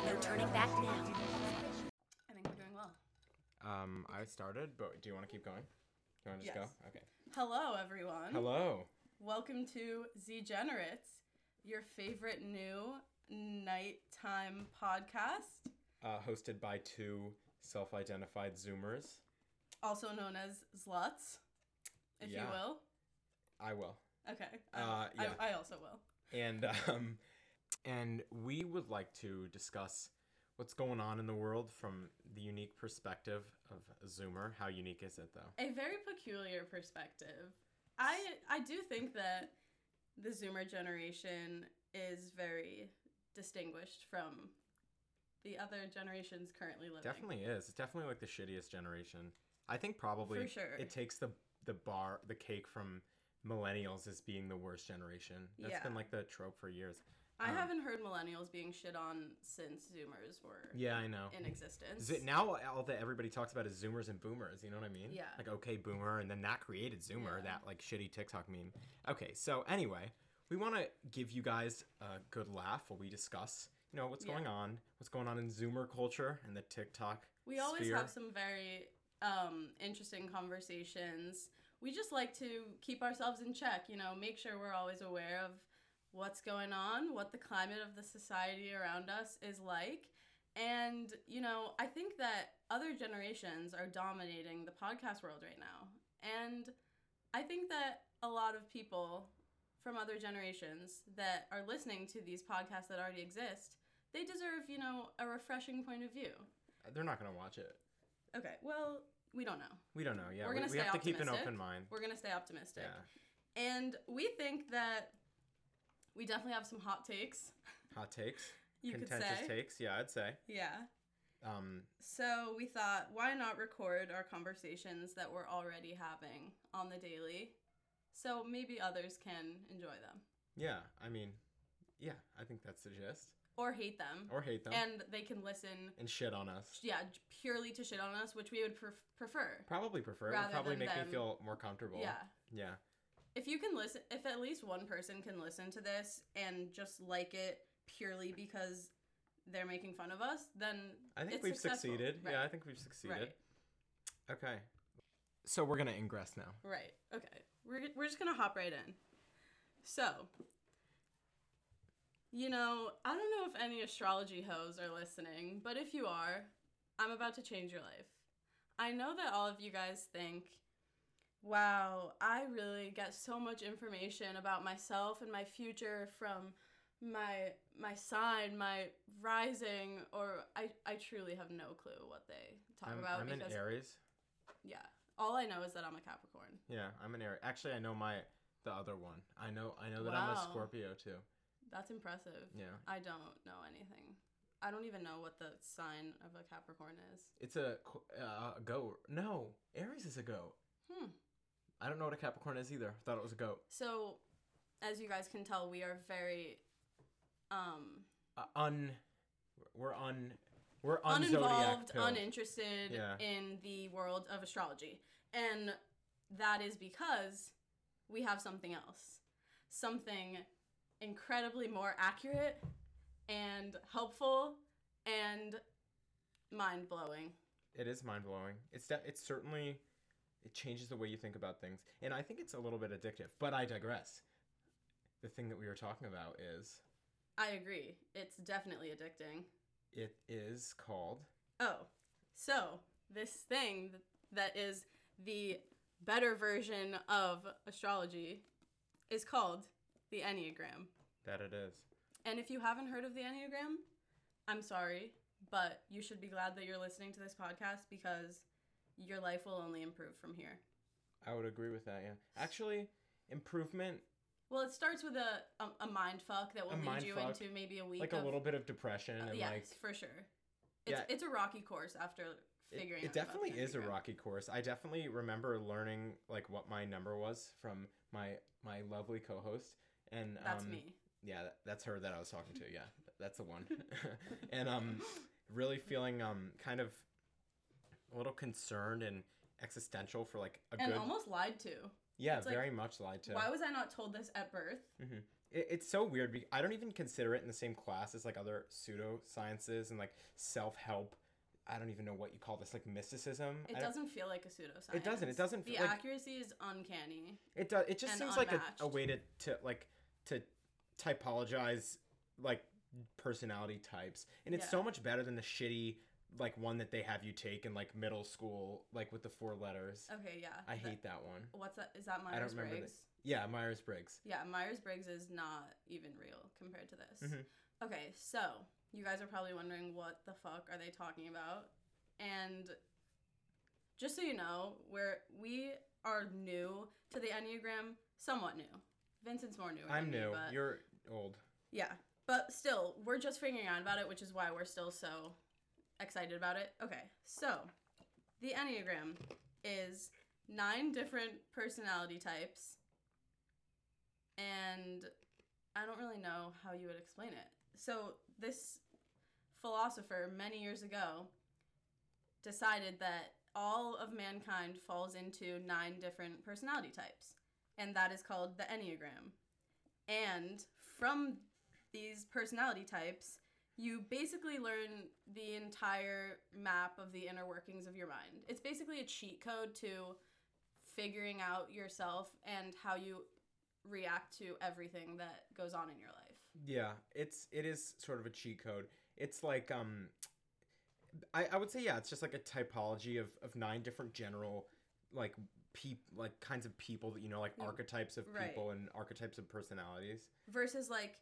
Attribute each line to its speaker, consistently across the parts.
Speaker 1: back now.
Speaker 2: I think we're doing well.
Speaker 3: Um, I started, but do you want to keep going? Do you want to just
Speaker 2: Yes. Um,
Speaker 3: go? Okay.
Speaker 2: Hello, everyone.
Speaker 3: Hello.
Speaker 2: Welcome to Zgenerates, your favorite new nighttime podcast,
Speaker 3: Uh, hosted by two self-identified Zoomers.
Speaker 2: also known as Zluts, if
Speaker 3: Yeah.
Speaker 2: you will.
Speaker 3: I will.
Speaker 2: Okay. I,
Speaker 3: Uh,
Speaker 2: I-
Speaker 3: yeah.
Speaker 2: I, also will.
Speaker 3: And um, and we would like to discuss what's going on in the world from the unique perspective of a Zoomer. How unique is it, though?
Speaker 2: A very peculiar perspective. I I do think that the Zoomer generation is very distinguished from the other generations currently living.
Speaker 3: Definitely is. It's definitely like the shittiest generation. I think probably
Speaker 2: For sure.
Speaker 3: it takes the the bar the cake from millennials as being the worst generation. That's
Speaker 2: Yeah.
Speaker 3: been like the trope for years.
Speaker 2: I haven't heard millennials being shit on since Zoomers were
Speaker 3: Yeah, I know.
Speaker 2: in existence.
Speaker 3: Is it now all that everybody talks about is Zoomers and Boomers? You know what I mean?
Speaker 2: Yeah.
Speaker 3: Like okay, Boomer, and then that created Zoomer,
Speaker 2: Yeah.
Speaker 3: that like shitty TikTok meme. Okay, so anyway, we want to give you guys a good laugh while we discuss, you know, what's
Speaker 2: Yeah.
Speaker 3: going on, what's going on in Zoomer culture and the TikTok.
Speaker 2: we always
Speaker 3: sphere.
Speaker 2: have some very um, interesting conversations. We just like to keep ourselves in check, you know, make sure we're always aware of what's going on, what the climate of the society around us is like. And, you know, I think that other generations are dominating the podcast world right now. And I think that a lot of people from other generations that are listening to these podcasts that already exist, they deserve, you know, a refreshing point of view.
Speaker 3: They're not gonna watch it.
Speaker 2: Okay. Well, we don't know.
Speaker 3: We don't know. Yeah,
Speaker 2: We're
Speaker 3: we,
Speaker 2: gonna stay
Speaker 3: we have to
Speaker 2: optimistic.
Speaker 3: keep an open mind.
Speaker 2: We're gonna stay optimistic.
Speaker 3: Yeah.
Speaker 2: And we think that we definitely have some hot takes.
Speaker 3: Hot takes.
Speaker 2: You could
Speaker 3: contentious
Speaker 2: say.
Speaker 3: takes. Yeah, I'd say.
Speaker 2: Yeah.
Speaker 3: Um,
Speaker 2: So we thought, why not record our conversations that we're already having on the daily, so maybe others can enjoy them
Speaker 3: yeah, I mean, yeah, I think that's the gist.
Speaker 2: or hate them,
Speaker 3: Or hate them and,
Speaker 2: and they can listen.
Speaker 3: shit on us.
Speaker 2: Yeah, j- purely to shit on us, which we would pref- prefer.
Speaker 3: Probably prefer. it
Speaker 2: Rather
Speaker 3: would probably
Speaker 2: than
Speaker 3: make
Speaker 2: them-
Speaker 3: me feel more comfortable.
Speaker 2: Yeah.
Speaker 3: Yeah.
Speaker 2: if you can listen if at least one person can listen to this and just like it purely because they're making fun of us then
Speaker 3: I think
Speaker 2: it's
Speaker 3: we've
Speaker 2: successful.
Speaker 3: succeeded.
Speaker 2: right.
Speaker 3: Yeah, I think we've succeeded.
Speaker 2: right
Speaker 3: Okay. So we're gonna ingress now.
Speaker 2: right okay we're, we're just gonna hop right in so you know i don't know if any astrology hoes are listening but if you are i'm about to change your life i know that all of you guys think Wow, I really get so much information about myself and my future from my my sign, my rising, or I, I truly have no clue what they talk
Speaker 3: I'm,
Speaker 2: about
Speaker 3: I'm an
Speaker 2: because
Speaker 3: Aries.
Speaker 2: yeah, all I know is that I'm a Capricorn.
Speaker 3: Yeah, I'm an Aries. Actually, I know my the other one. I know I know that I'm
Speaker 2: Wow.
Speaker 3: a Scorpio too.
Speaker 2: That's impressive.
Speaker 3: Yeah.
Speaker 2: I don't know anything. I don't even know what the sign of a Capricorn is.
Speaker 3: It's a qu- uh, a goat. No, Aries is a goat. Hmm. I don't know what a Capricorn is either. I thought it was a goat.
Speaker 2: So, as you guys can tell, we are very um,
Speaker 3: Uh, un. We're un. We're un
Speaker 2: uninvolved,
Speaker 3: zodiac pilled.
Speaker 2: uninterested
Speaker 3: Yeah.
Speaker 2: in the world of astrology. And that is because we have something else. Something incredibly more accurate and helpful and mind blowing.
Speaker 3: It is mind blowing. It's de- it's certainly it changes the way you think about things, and I think it's a little bit addictive. But I digress. The thing that we were talking about is
Speaker 2: I agree. It's definitely addicting.
Speaker 3: it is called
Speaker 2: Oh, so this thing th- that is the better version of astrology is called the Enneagram.
Speaker 3: that it is.
Speaker 2: And if you haven't heard of the Enneagram, I'm sorry, but you should be glad that you're listening to this podcast because your life will only improve from here.
Speaker 3: I would agree with that. Yeah, actually, improvement
Speaker 2: Well, it starts with a a, a mind fuck that will lead
Speaker 3: mind
Speaker 2: you
Speaker 3: fuck,
Speaker 2: into maybe a week
Speaker 3: like
Speaker 2: of Oh,
Speaker 3: a little bit of depression and
Speaker 2: yes,
Speaker 3: like
Speaker 2: for sure. It's
Speaker 3: Yeah.
Speaker 2: it's a rocky course after figuring.
Speaker 3: it
Speaker 2: out about
Speaker 3: definitely
Speaker 2: the
Speaker 3: is a
Speaker 2: Enneagram.
Speaker 3: rocky course. I definitely remember learning like what my number was from my my lovely co-host and
Speaker 2: That's
Speaker 3: um,
Speaker 2: me.
Speaker 3: Yeah, that, that's her that I was talking to. Yeah, that's the one. and um, really feeling um kind of a little concerned and existential for like a
Speaker 2: and
Speaker 3: good
Speaker 2: almost lied to.
Speaker 3: Yeah,
Speaker 2: It's like,
Speaker 3: very much lied to.
Speaker 2: Why was I not told this at birth?
Speaker 3: It, it's so weird. Be- I don't even consider it in the same class as like other pseudosciences and like self help. I don't even know what you call this, like mysticism.
Speaker 2: It
Speaker 3: I don't-
Speaker 2: doesn't feel like a pseudoscience.
Speaker 3: It doesn't- it doesn't
Speaker 2: The
Speaker 3: feel like-
Speaker 2: accuracy is uncanny.
Speaker 3: It does. It just
Speaker 2: and
Speaker 3: seems like a, a
Speaker 2: unmatched.
Speaker 3: way to, to like to typologize like personality types, and it's
Speaker 2: Yeah.
Speaker 3: so much better than the shitty like one that they have you take in like middle school, like with the four letters.
Speaker 2: Okay, yeah.
Speaker 3: I
Speaker 2: Th-
Speaker 3: hate that one.
Speaker 2: What's that? Is that
Speaker 3: I don't
Speaker 2: Myers
Speaker 3: remember the-
Speaker 2: Briggs?
Speaker 3: Yeah, Myers Briggs.
Speaker 2: Yeah, Myers Briggs is not even real compared to this.
Speaker 3: Mhm.
Speaker 2: Okay, so you guys are probably wondering what the fuck are they talking about? And just so you know, we're we are new to the Enneagram, somewhat new. Vincent's more new. than
Speaker 3: I'm
Speaker 2: me,
Speaker 3: new.
Speaker 2: but-
Speaker 3: You're old.
Speaker 2: Yeah. But still, we're just figuring out about it, which is why we're still so excited about it. Okay. So, the Enneagram is nine different personality types. And I don't really know how you would explain it. So, this philosopher many years ago decided that all of mankind falls into nine different personality types, and that is called the Enneagram. And from these personality types, you basically learn the entire map of the inner workings of your mind. It's basically a cheat code to figuring out yourself and how you react to everything that goes on in your life.
Speaker 3: Yeah, it's it is sort of a cheat code. It's like um I, I would say yeah, it's just like a typology of, of nine different general like peop like kinds of people that you know, like
Speaker 2: Mm,
Speaker 3: archetypes of
Speaker 2: right.
Speaker 3: people and archetypes of personalities.
Speaker 2: Versus, like,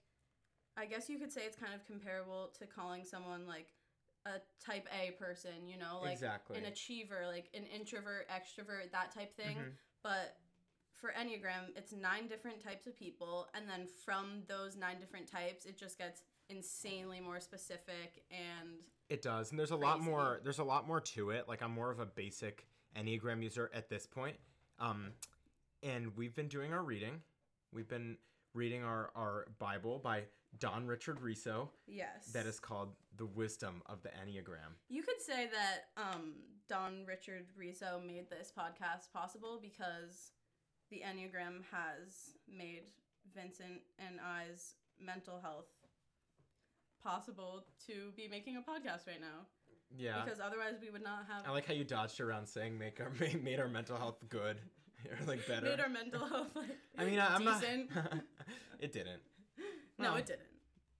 Speaker 2: I guess you could say it's kind of comparable to calling someone like a type A person, you know, like
Speaker 3: exactly.
Speaker 2: an achiever, like an introvert, extrovert, that type thing.
Speaker 3: Mhm.
Speaker 2: But for Enneagram, it's nine different types of people. And then from those nine different types, it just gets insanely more specific. And
Speaker 3: It does. And there's a lot
Speaker 2: Crazy.
Speaker 3: more there's a lot more to it. Like I'm more of a basic Enneagram user at this point. Um and we've been doing our reading. We've been reading our, our Bible by Don Richard Riso
Speaker 2: yes.
Speaker 3: that is called The Wisdom of the Enneagram.
Speaker 2: You could say that um, Don Richard Rizzo made this podcast possible because the Enneagram has made Vincent and I's mental health possible to be making a podcast right now.
Speaker 3: Yeah.
Speaker 2: Because otherwise, we would not have
Speaker 3: I like how you dodged around saying make our made, made our mental health good or like better.
Speaker 2: made our mental health like
Speaker 3: I mean, I, I'm
Speaker 2: decent.
Speaker 3: not. it didn't.
Speaker 2: no,
Speaker 3: Well,
Speaker 2: it didn't.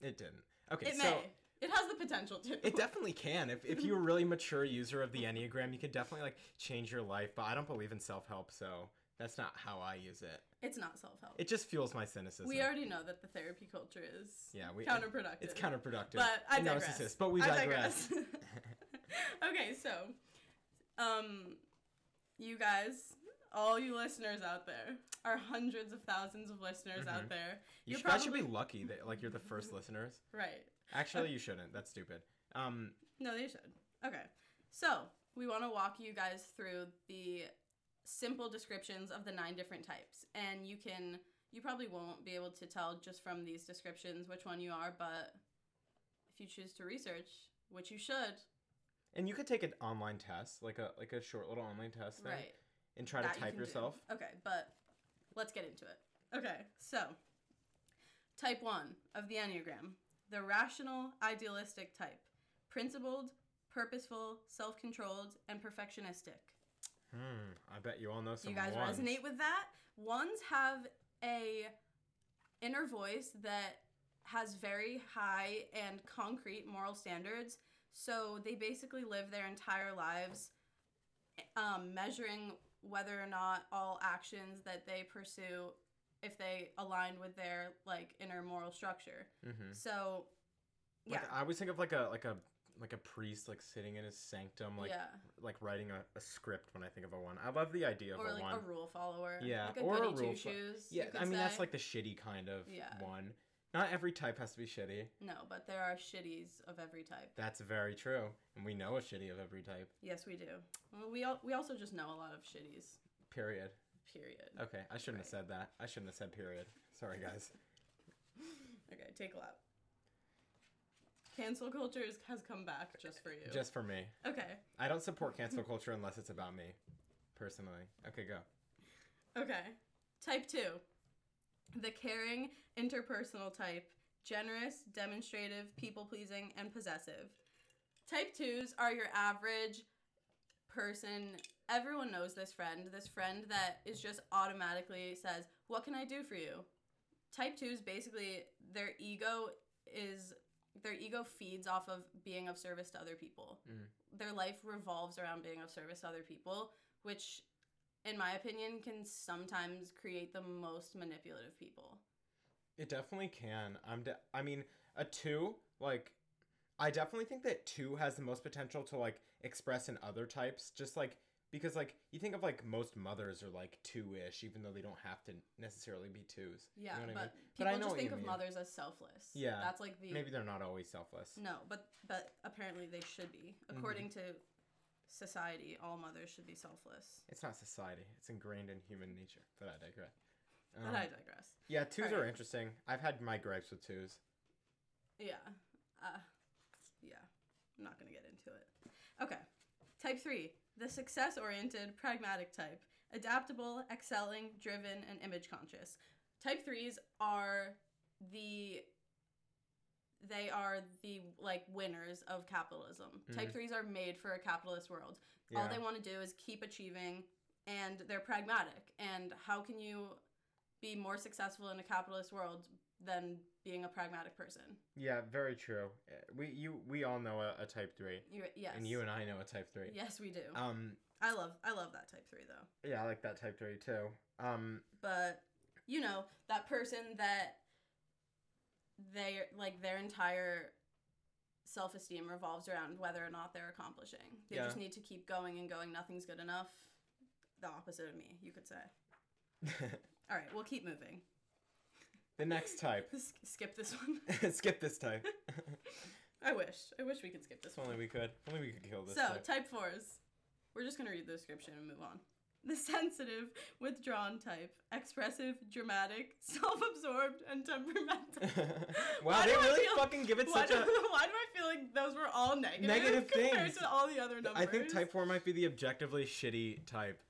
Speaker 3: It didn't. Okay,
Speaker 2: it
Speaker 3: so
Speaker 2: may. It has the potential to.
Speaker 3: it definitely can. If if you're a really mature user of the Enneagram, you could definitely like change your life. But I don't believe in self help, so that's not how I use it.
Speaker 2: it's not self help.
Speaker 3: It just fuels my cynicism.
Speaker 2: We already know that the therapy culture is
Speaker 3: yeah, we.
Speaker 2: counterproductive.
Speaker 3: It's counterproductive.
Speaker 2: But I
Speaker 3: and
Speaker 2: digress.
Speaker 3: narcissist, but we
Speaker 2: I
Speaker 3: digress.
Speaker 2: okay, so, um, you guys, all you listeners out there, our hundreds of thousands of listeners out
Speaker 3: Mhm.
Speaker 2: there,
Speaker 3: You
Speaker 2: You're
Speaker 3: should, probably... should be lucky that like you're the first listeners.
Speaker 2: right?
Speaker 3: Actually, you shouldn't. That's stupid. Um,
Speaker 2: No, they should. Okay. So, we want to walk you guys through the simple descriptions of the nine different types. And you can, you probably won't be able to tell just from these descriptions which one you are, but if you choose to research, which you should,
Speaker 3: And you could take an online test, like a like a short little online test thing,
Speaker 2: right?
Speaker 3: and try to
Speaker 2: that you
Speaker 3: type
Speaker 2: can do.
Speaker 3: yourself.
Speaker 2: Okay, but let's get into it. Okay, so type one of the Enneagram the rational, idealistic type, principled, purposeful, self controlled, and perfectionistic.
Speaker 3: Hmm. I bet you all know
Speaker 2: Do
Speaker 3: some.
Speaker 2: you guys
Speaker 3: ones.
Speaker 2: resonate with that? Ones have a inner voice that has very high and concrete moral standards. So they basically live their entire lives um, measuring whether or not all actions that they pursue if they align with their like inner moral structure.
Speaker 3: Mm-hmm.
Speaker 2: So yeah.
Speaker 3: Like, I always think of like a like a like a priest like sitting in his sanctum, like
Speaker 2: yeah.
Speaker 3: like writing a, a script. When I think of a one, I love the idea of
Speaker 2: Or
Speaker 3: a
Speaker 2: like
Speaker 3: one.
Speaker 2: a rule follower.
Speaker 3: Yeah,
Speaker 2: Like a
Speaker 3: or a
Speaker 2: goody
Speaker 3: rule
Speaker 2: two
Speaker 3: fo-
Speaker 2: shoes.
Speaker 3: yeah,
Speaker 2: you could
Speaker 3: I mean that's
Speaker 2: say.
Speaker 3: like the shitty kind of
Speaker 2: Yeah.
Speaker 3: one. Not every type has to be shitty.
Speaker 2: No, but there are shitties of every type.
Speaker 3: That's very true, and we know a shitty of every type.
Speaker 2: Yes, we do. Well, we al- we also just know a lot of shitties.
Speaker 3: Period.
Speaker 2: Period.
Speaker 3: Okay, I shouldn't have
Speaker 2: Right.
Speaker 3: said that. I shouldn't have said period. Sorry, guys.
Speaker 2: Okay, take a lap. Cancel culture is, has come back just for you.
Speaker 3: Just for me.
Speaker 2: okay.
Speaker 3: I don't support cancel culture unless it's about me, personally. Okay, go.
Speaker 2: Okay. Type two, the caring interpersonal type, generous, demonstrative, people pleasing, and possessive. Type twos are your average person. Everyone knows this friend, this friend that is just automatically says, What can I do for you? Type twos basically, their ego is their ego feeds off of being of service to other people.
Speaker 3: Mm.
Speaker 2: Their life revolves around being of service to other people, which, in my opinion, can sometimes create the most manipulative people.
Speaker 3: It definitely can. I'm. De- I mean, a two like. I definitely think that two has the most potential to like express in other types, just like because like you think of like most mothers are like two ish, even though they don't have to necessarily be twos. You
Speaker 2: Yeah,
Speaker 3: know what I
Speaker 2: but
Speaker 3: mean? But I
Speaker 2: people
Speaker 3: know
Speaker 2: just
Speaker 3: what you
Speaker 2: think of
Speaker 3: mean.
Speaker 2: mothers as selfless.
Speaker 3: Yeah,
Speaker 2: that's like the
Speaker 3: maybe they're not always selfless.
Speaker 2: no, but but apparently they should be.
Speaker 3: Mm-hmm.
Speaker 2: According to society, all mothers should be selfless.
Speaker 3: It's not society; it's ingrained in human nature. But I digress.
Speaker 2: But
Speaker 3: Um,
Speaker 2: I digress.
Speaker 3: yeah, twos
Speaker 2: Alright.
Speaker 3: are interesting. I've had my gripes with twos.
Speaker 2: Yeah. Uh, yeah. I'm not going to get into it. Okay. Type three the success oriented, pragmatic type. Adaptable, excelling, driven, and image conscious. Type threes are the. They are the like winners of capitalism. Type
Speaker 3: Mhm.
Speaker 2: threes are made for a capitalist world.
Speaker 3: Yeah.
Speaker 2: All they want to do is keep achieving, and they're pragmatic. And how can you be more successful in a capitalist world than being a pragmatic person?
Speaker 3: yeah, very true. Uh, We you we all know a, a type three,
Speaker 2: You're, yes.
Speaker 3: and you and I know a type three.
Speaker 2: Yes, we do.
Speaker 3: Um,
Speaker 2: I love I love that type three though.
Speaker 3: Yeah, I like that type three too. Um,
Speaker 2: But you know that person that they like their entire self esteem revolves around whether or not they're accomplishing. They just
Speaker 3: Yeah.
Speaker 2: need to keep going and going. Nothing's good enough. The opposite of me, you could say. All right, we'll keep moving.
Speaker 3: the next type.
Speaker 2: S- skip this one.
Speaker 3: Skip this type.
Speaker 2: I wish. I wish we could skip this
Speaker 3: if
Speaker 2: one.
Speaker 3: only we could. If only we could kill this.
Speaker 2: So,
Speaker 3: type.
Speaker 2: type fours. We're just going to read the description and move on. The sensitive, withdrawn type, expressive, dramatic, self absorbed, and temperamental.
Speaker 3: wow,
Speaker 2: Why
Speaker 3: they
Speaker 2: do I
Speaker 3: really
Speaker 2: feel-
Speaker 3: fucking give it
Speaker 2: Why
Speaker 3: such
Speaker 2: do,
Speaker 3: a.
Speaker 2: why do I feel like those were all negative,
Speaker 3: Negative
Speaker 2: compared
Speaker 3: things.
Speaker 2: to all the other numbers?
Speaker 3: I think type four might be the objectively shitty type.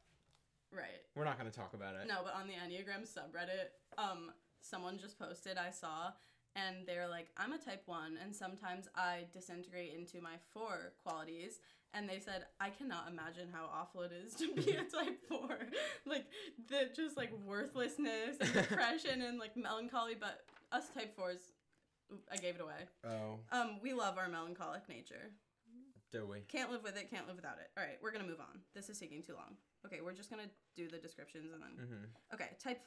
Speaker 2: Right.
Speaker 3: We're not gonna talk about it.
Speaker 2: No, but on the Enneagram subreddit, um, someone just posted I saw, and they're like, I'm a type one, and sometimes I disintegrate into my four qualities. And they said, I cannot imagine how awful it is to be a type four, like the just like worthlessness and depression and like melancholy. But us type fours, oop, I gave it away.
Speaker 3: Oh,
Speaker 2: Um, we love our melancholic nature.
Speaker 3: do we?
Speaker 2: Can't live with it. Can't live without it. All right, we're gonna move on. This is taking too long. Okay, we're just gonna do the descriptions and then
Speaker 3: Mm-hmm.
Speaker 2: Okay, type.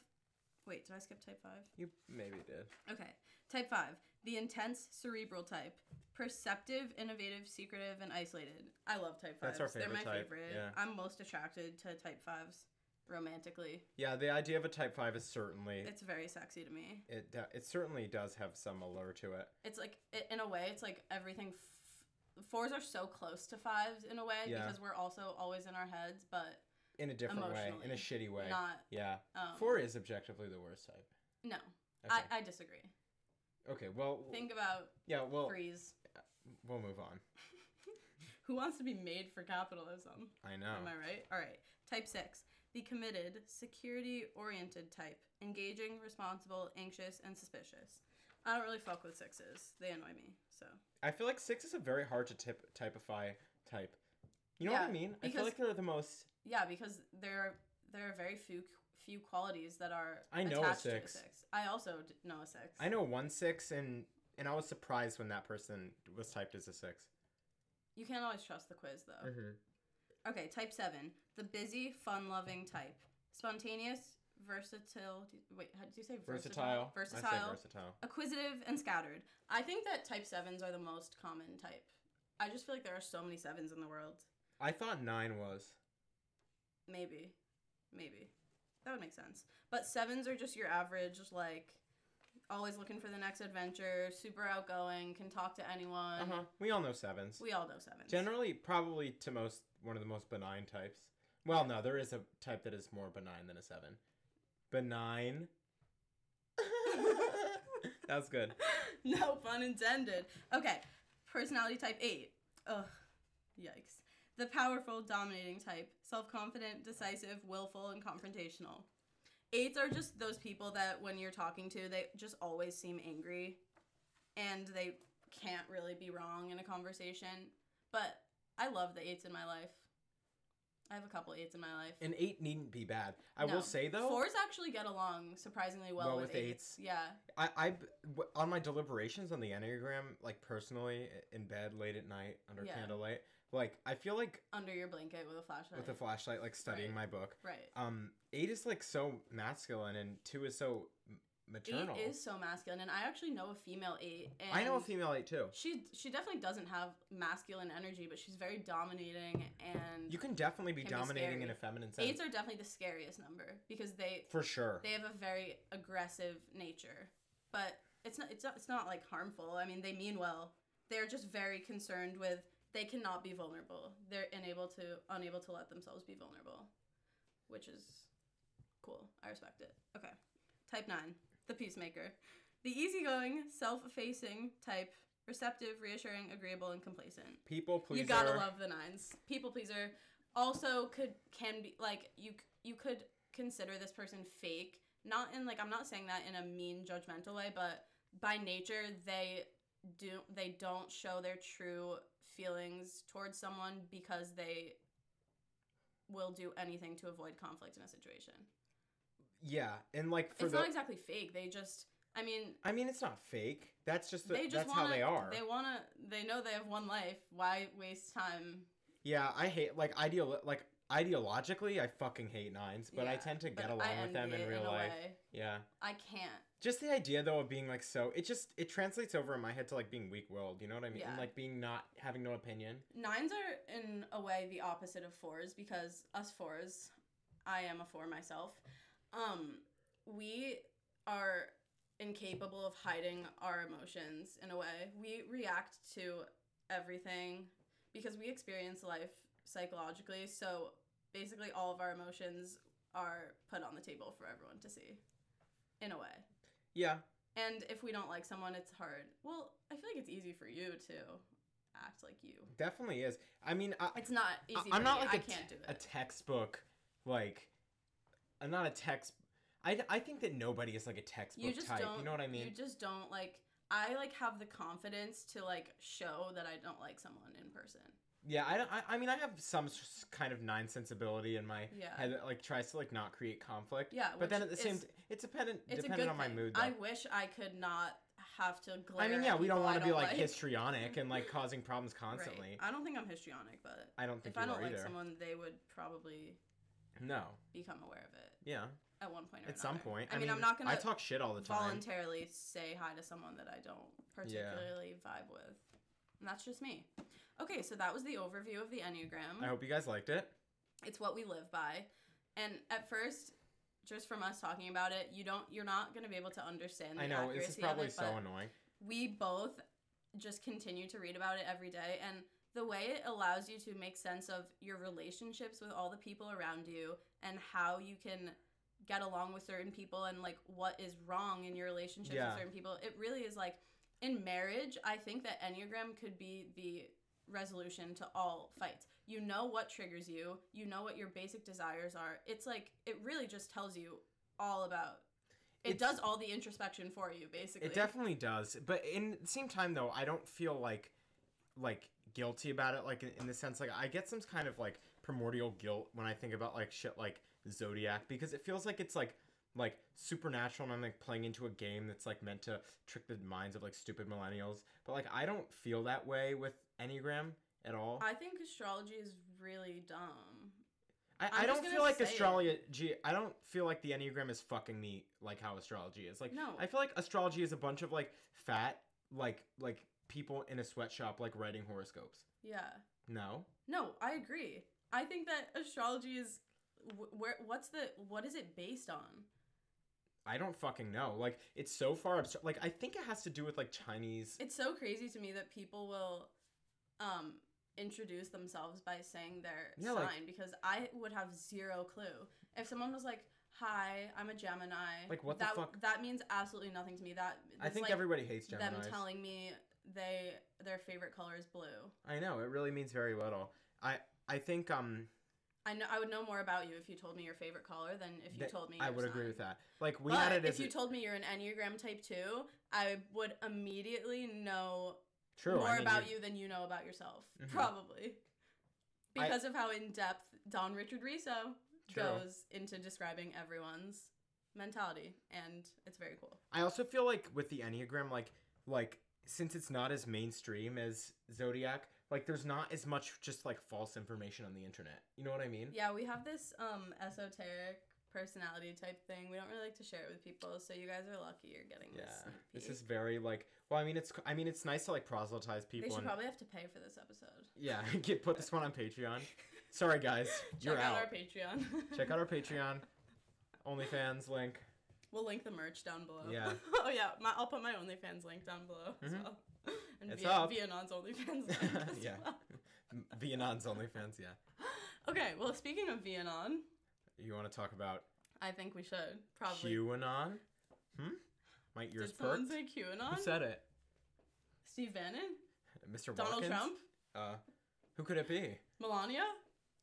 Speaker 2: Wait, did I skip type five?
Speaker 3: You maybe did.
Speaker 2: Okay, type five. The intense cerebral type. Perceptive, innovative, secretive, and isolated. I love type fives.
Speaker 3: That's our
Speaker 2: They're my
Speaker 3: favorite type,
Speaker 2: favorite.
Speaker 3: yeah.
Speaker 2: I'm most attracted to type fives romantically.
Speaker 3: Yeah, the idea of a type five is certainly
Speaker 2: It's very sexy to me.
Speaker 3: it. de- It certainly does have some allure to it.
Speaker 2: It's like, i in a way, it's like everything. F- fours are so close to fives in a way
Speaker 3: Yeah.
Speaker 2: because we're also always in our heads, but
Speaker 3: In a different way, in a
Speaker 2: Emotionally,
Speaker 3: shitty way.
Speaker 2: not.
Speaker 3: yeah,
Speaker 2: Um,
Speaker 3: four is objectively the worst type.
Speaker 2: No,
Speaker 3: Okay.
Speaker 2: I, I disagree.
Speaker 3: okay. Well,
Speaker 2: Think about
Speaker 3: yeah. Well,
Speaker 2: threes.
Speaker 3: we'll move on.
Speaker 2: Who wants to be made for capitalism?
Speaker 3: I know.
Speaker 2: Am I right? All right. Type six, the committed, security oriented type, engaging, responsible, anxious, and suspicious. I don't really fuck with sixes. They annoy me. So
Speaker 3: I feel like six is a very hard to tip, typify type. You know what I
Speaker 2: Yeah,
Speaker 3: mean? I feel
Speaker 2: because-
Speaker 3: like they're the most.
Speaker 2: yeah, because there are there are very few few qualities that are
Speaker 3: I know a
Speaker 2: attached to
Speaker 3: six.
Speaker 2: six. I also d- know a six.
Speaker 3: I know one six, and and I was surprised when that person was typed as a 6
Speaker 2: you can't always trust the quiz though. Okay, type seven, the busy, fun-loving type, spontaneous, versatile. Wait, how did you say
Speaker 3: Versatile. I say
Speaker 2: Versatile.
Speaker 3: versatile.
Speaker 2: acquisitive and scattered. I think that type sevens are the most common type. I just feel like there are so many sevens in the world.
Speaker 3: I thought nine was.
Speaker 2: Maybe, maybe that would make sense. But sevens are just your average, like always looking for the next adventure, super outgoing, can talk to anyone.
Speaker 3: Uh huh. We all know sevens.
Speaker 2: We all know sevens.
Speaker 3: Generally, probably to most one of the most benign types. Well, no, there is a type that is more benign than a seven. Benign. That's good.
Speaker 2: no pun intended. Okay, personality type eight. Ugh, yikes. The powerful, dominating type, self confident, decisive, willful, and confrontational. Eights are just those people that when you're talking to, they just always seem angry and they can't really be wrong in a conversation. But I love the eights in my life. I have a couple eights in my life.
Speaker 3: An eight needn't be bad. I
Speaker 2: No.
Speaker 3: will say though,
Speaker 2: Fours actually get along surprisingly well, with, eights. Yeah.
Speaker 3: I, I b- w- on my deliberations on the enneagram, like personally i- in bed late at night under
Speaker 2: Yeah.
Speaker 3: candlelight, like I feel like
Speaker 2: Under your blanket with a flashlight.
Speaker 3: with a flashlight, like studying my book.
Speaker 2: right.
Speaker 3: Um, eight is like so masculine, and two is so m- maternal.
Speaker 2: Eight is so masculine, and I actually know a female eight. And
Speaker 3: I know a female eight too.
Speaker 2: She she definitely doesn't have masculine energy, but she's very dominating, and
Speaker 3: You can definitely be
Speaker 2: Can be
Speaker 3: dominating in
Speaker 2: scary.
Speaker 3: a feminine sense
Speaker 2: eights are definitely the scariest number because they
Speaker 3: for sure.
Speaker 2: they have a very aggressive nature, but it's not it's not, it's not like harmful. I mean, they mean well. They're just very concerned with they cannot be vulnerable. They're unable to unable to let themselves be vulnerable, which is cool. I respect it. Okay, type nine, the peacemaker, the easygoing, self-effacing type, receptive, reassuring, agreeable, and complacent.
Speaker 3: People pleaser.
Speaker 2: You gotta love the nines. People pleaser. Also, could can be like you. c- You could consider this person fake. Not in like I'm not saying that in a mean, judgmental way, but by nature they do they don't show their true feelings towards someone because they will do anything to avoid conflict in a situation.
Speaker 3: Yeah, and like for
Speaker 2: it's
Speaker 3: the,
Speaker 2: not exactly fake. They just. I mean,
Speaker 3: I mean, it's not fake. That's just the,
Speaker 2: they just
Speaker 3: that's
Speaker 2: want
Speaker 3: how they are.
Speaker 2: They want to. They know they have one life. Why waste time?
Speaker 3: Yeah, I hate like ideal like ideologically I fucking hate nines, but I
Speaker 2: Yeah,
Speaker 3: tend to
Speaker 2: but
Speaker 3: get
Speaker 2: I
Speaker 3: along with
Speaker 2: envy
Speaker 3: them
Speaker 2: it
Speaker 3: in real
Speaker 2: a
Speaker 3: life.
Speaker 2: way.
Speaker 3: Yeah.
Speaker 2: I can't.
Speaker 3: Just the idea though of being like so it just it translates over in my head to like being weak willed, you know what I mean?
Speaker 2: Yeah.
Speaker 3: And like being not having no opinion.
Speaker 2: Nines are in a way the opposite of fours because us fours, I am a four myself. Um, we are incapable of hiding our emotions in a way. We react to everything because we experience life psychologically. So basically, all of our emotions are put on the table for everyone to see, in a way.
Speaker 3: Yeah.
Speaker 2: And if we don't like someone, it's hard. Well, I feel like it's easy for you to act like you.
Speaker 3: Definitely is. I mean I
Speaker 2: It's not easy.
Speaker 3: I-
Speaker 2: for
Speaker 3: I'm not
Speaker 2: me.
Speaker 3: like
Speaker 2: I
Speaker 3: a
Speaker 2: can't do
Speaker 3: a
Speaker 2: it.
Speaker 3: textbook like I'm not a text I, I think that nobody is like a textbook
Speaker 2: You just
Speaker 3: type.
Speaker 2: don't.
Speaker 3: You know what I mean?
Speaker 2: You just don't like. I like have the confidence to like show that I don't like someone in person.
Speaker 3: Yeah, I, don't- I, I mean, I have some s- kind of nine sensibility in my
Speaker 2: Yeah.
Speaker 3: head that like tries to like not create conflict.
Speaker 2: Yeah,
Speaker 3: but then at
Speaker 2: which
Speaker 3: the same,
Speaker 2: is-
Speaker 3: t- it's dependent
Speaker 2: It's a
Speaker 3: dependent
Speaker 2: good
Speaker 3: on my
Speaker 2: thing.
Speaker 3: mood.
Speaker 2: I
Speaker 3: though.
Speaker 2: wish I could not have to glare.
Speaker 3: I, mean,
Speaker 2: at
Speaker 3: yeah, we don't
Speaker 2: people
Speaker 3: want to be like,
Speaker 2: like
Speaker 3: histrionic and like causing problems
Speaker 2: Right.
Speaker 3: constantly.
Speaker 2: I don't think I'm histrionic, but
Speaker 3: I don't think
Speaker 2: if I
Speaker 3: you
Speaker 2: don't
Speaker 3: are
Speaker 2: like
Speaker 3: either.
Speaker 2: someone, they would probably
Speaker 3: No,
Speaker 2: become aware of it
Speaker 3: yeah,
Speaker 2: at one point or
Speaker 3: at some
Speaker 2: another.
Speaker 3: point.
Speaker 2: I, mean, I'm not gonna
Speaker 3: I talk shit all the time.
Speaker 2: voluntarily say hi to someone that I don't particularly vibe with. And that's just me. Okay, so that was the overview of the Enneagram.
Speaker 3: I hope you guys liked it.
Speaker 2: It's what we live by. And at first, just from us talking about it, you don't you're not going to be able to understand the
Speaker 3: I know
Speaker 2: accuracy
Speaker 3: this is probably
Speaker 2: of it,
Speaker 3: so
Speaker 2: but
Speaker 3: annoying.
Speaker 2: we both just continue to read about it every day and the way it allows you to make sense of your relationships with all the people around you and how you can get along with certain people and like what is wrong in your relationships
Speaker 3: Yeah.
Speaker 2: with certain people it really is like in marriage i think that enneagram could be the resolution to all fights you know what triggers you you know what your basic desires are it's like it really just tells you all about it
Speaker 3: It's-
Speaker 2: does all the introspection for you basically
Speaker 3: It definitely does. But in the same time though, I don't feel like like guilty about it like in, in the sense like I get some kind of like primordial guilt when I think about like shit like Zodiac because it feels like it's like like supernatural and I'm like playing into a game that's like meant to trick the minds of like stupid millennials. But like I don't feel that way with Enneagram at all.
Speaker 2: I think astrology is really dumb.
Speaker 3: I,
Speaker 2: I'm
Speaker 3: I
Speaker 2: just
Speaker 3: don't feel
Speaker 2: gonna
Speaker 3: like
Speaker 2: say it.
Speaker 3: astrology. I don't feel like the enneagram is fucking me like how astrology is. Like
Speaker 2: No.
Speaker 3: I feel like astrology is a bunch of like fat like like people in a sweatshop like writing horoscopes.
Speaker 2: Yeah.
Speaker 3: No,
Speaker 2: No, I agree. I think that astrology is wh- where what's the what is it based on?
Speaker 3: I don't fucking know. Like it's so far abstract. Like I think it has to do with like Chinese.
Speaker 2: It's so crazy to me that people will um introduce thememselves by saying their
Speaker 3: Yeah,
Speaker 2: sign
Speaker 3: like-
Speaker 2: because I would have zero clue. If someone was like, "Hi, I'm a Gemini."
Speaker 3: Like, what the
Speaker 2: that,
Speaker 3: fuck?
Speaker 2: That means absolutely nothing to me. That
Speaker 3: I
Speaker 2: it's
Speaker 3: think
Speaker 2: like
Speaker 3: everybody hates
Speaker 2: them
Speaker 3: Gemini.
Speaker 2: telling me they their favorite color is blue.
Speaker 3: I know it really means very little. I I think um
Speaker 2: I know I would know more about you if you told me your favorite color than if you
Speaker 3: That-
Speaker 2: told me.
Speaker 3: I
Speaker 2: your
Speaker 3: would agree
Speaker 2: sign.
Speaker 3: with that. Like we
Speaker 2: but
Speaker 3: had it
Speaker 2: if
Speaker 3: as
Speaker 2: you
Speaker 3: a-
Speaker 2: told me you're an Enneagram Type Two, I would immediately know
Speaker 3: true I
Speaker 2: more
Speaker 3: mean,
Speaker 2: about you than you know about yourself,
Speaker 3: Mhm.
Speaker 2: probably,
Speaker 3: I-
Speaker 2: because of how in depth Don Richard Riso
Speaker 3: True.
Speaker 2: goes into describing everyone's mentality, and it's very cool.
Speaker 3: I also feel like with the Enneagram, like like since it's not as mainstream as Zodiac, like there's not as much just like false information on the internet. You know what I mean?
Speaker 2: Yeah, we have this um esoteric personality type thing. We don't really like to share it with people, so you guys are lucky you're getting
Speaker 3: Yeah.
Speaker 2: this. sneak
Speaker 3: This
Speaker 2: peek.
Speaker 3: is very like well, I mean it's I mean it's nice to like proselytize
Speaker 2: They
Speaker 3: people
Speaker 2: should
Speaker 3: and
Speaker 2: probably have to pay for this episode.
Speaker 3: yeah, get put this one on Patreon. Sorry guys, you're
Speaker 2: Check out,
Speaker 3: out.
Speaker 2: our Patreon.
Speaker 3: Check out our Patreon, OnlyFans link.
Speaker 2: We'll link the merch down below.
Speaker 3: Yeah.
Speaker 2: oh yeah, my, I'll put my OnlyFans link down below as
Speaker 3: Mhm.
Speaker 2: well. And
Speaker 3: It's
Speaker 2: Via,
Speaker 3: up.
Speaker 2: Vianon's OnlyFans link. As
Speaker 3: Yeah.
Speaker 2: Well.
Speaker 3: Vianon's OnlyFans. Yeah,
Speaker 2: Okay. Well, speaking of Vianon,
Speaker 3: you want to talk about
Speaker 2: I think we should probably.
Speaker 3: QAnon? Hmm. My ears
Speaker 2: Did someone
Speaker 3: perked.
Speaker 2: say
Speaker 3: Who
Speaker 2: QAnon?
Speaker 3: said it?
Speaker 2: Steve Bannon?
Speaker 3: Mr.
Speaker 2: Donald
Speaker 3: Watkins?
Speaker 2: Trump?
Speaker 3: Uh, who could it be?
Speaker 2: Melania?